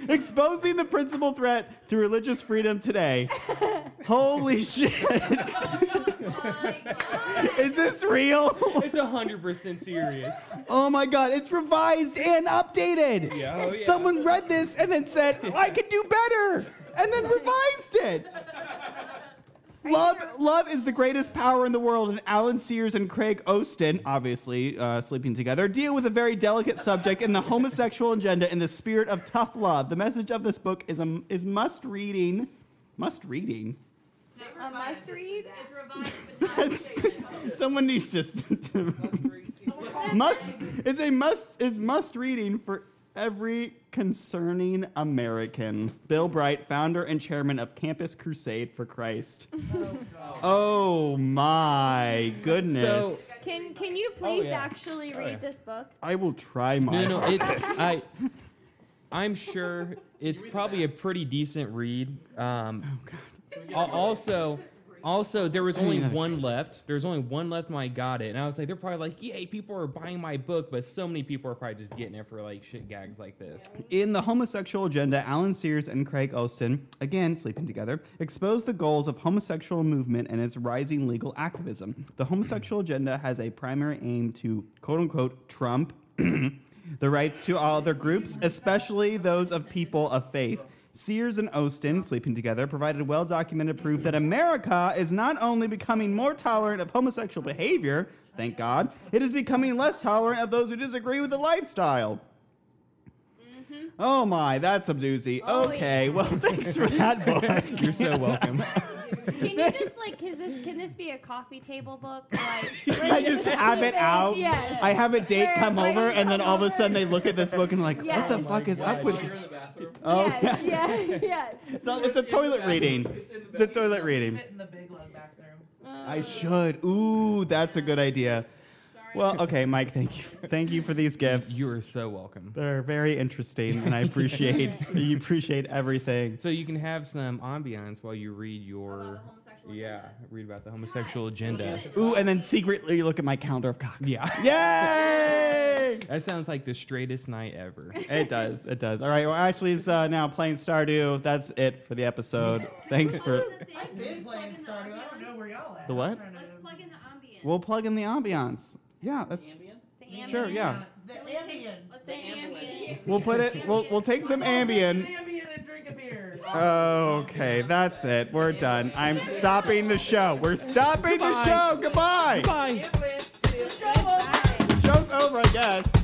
Exposing the principal threat to religious freedom today. (laughs) Holy shit. Is this real? It's hundred percent serious. (laughs) Oh my god, it's revised and updated. Yeah, oh yeah. Someone read this and then said, I could do better, and then revised it. Love, love is the greatest power in the world, and Alan Sears and Craig Osten, obviously uh, sleeping together, deal with a very delicate subject in the homosexual agenda in the spirit of tough love. The message of this book is a, is must reading, must reading. A must read. It's revised, (laughs) (laughs) Someone needs (laughs) to. to must it's a must is must reading for every concerning American. Bill Bright, founder and chairman of Campus Crusade for Christ. Oh my goodness! can can you please yeah. actually Oh, read yeah. this book? (laughs) I will try my. No, no, it's hardest. I. I'm sure it's probably a pretty decent read. Um, oh God. Also, also there was I need only another one left. There was only one left when I got it, and I was like, they're probably like, yay, people are buying my book, but so many people are probably just getting it for like shit gags like this. In the homosexual agenda, Alan Sears and Craig Osten, again sleeping together, exposed the goals of homosexual movement and its rising legal activism. The homosexual agenda has a primary aim to quote unquote trump (clears throat) the rights to all other groups, especially those of people of faith. Sears and Osten, sleeping together, provided well documented proof that America is not only becoming more tolerant of homosexual behavior, thank God, it is becoming less tolerant of those who disagree with the lifestyle. Oh my, that's a doozy. Oh, (laughs) okay, well, thanks for that book. You're so welcome. (laughs) Can (laughs) you just like is this can this be a coffee table book? Like, (laughs) like, (laughs) I just have it keep out. Yes. I have a date Where come everybody over, can and then come all of a over. sudden they look at this book and like, Yes. what the Oh fuck is up with? While you're in the bathroom. Oh Yes, yes. (laughs) yes, yes. It's, all, it's a toilet reading. It's a toilet reading. Fit in the big Oh, lug bathroom. Uh, I should. Ooh, that's a good idea. Well, okay, Mike. Thank you. Thank you for these gifts. You are so welcome. They're very interesting, and I appreciate (laughs) you appreciate everything. So you can have some ambiance while you read your yeah, read about the homosexual agenda. Ooh, and then secretly look at my calendar of cocks. Yeah. Yay! That sounds like the straightest night ever. (laughs) It does. It does. All right. Well, Ashley's uh, now playing Stardew. That's it for the episode. Thanks for I've been playing Stardew. I don't know where y'all at. the what? Let's plug in the ambience. We'll plug in the ambiance. Yeah, that's ambience? sure. Yeah, The Ambien. Let's say ambient. we'll put it. We'll we'll take some Ambien Ambien. and drink a beer. Okay, that's it. We're done. I'm stopping the show. We're stopping the Goodbye. show. Goodbye. Goodbye. The show's over, I guess.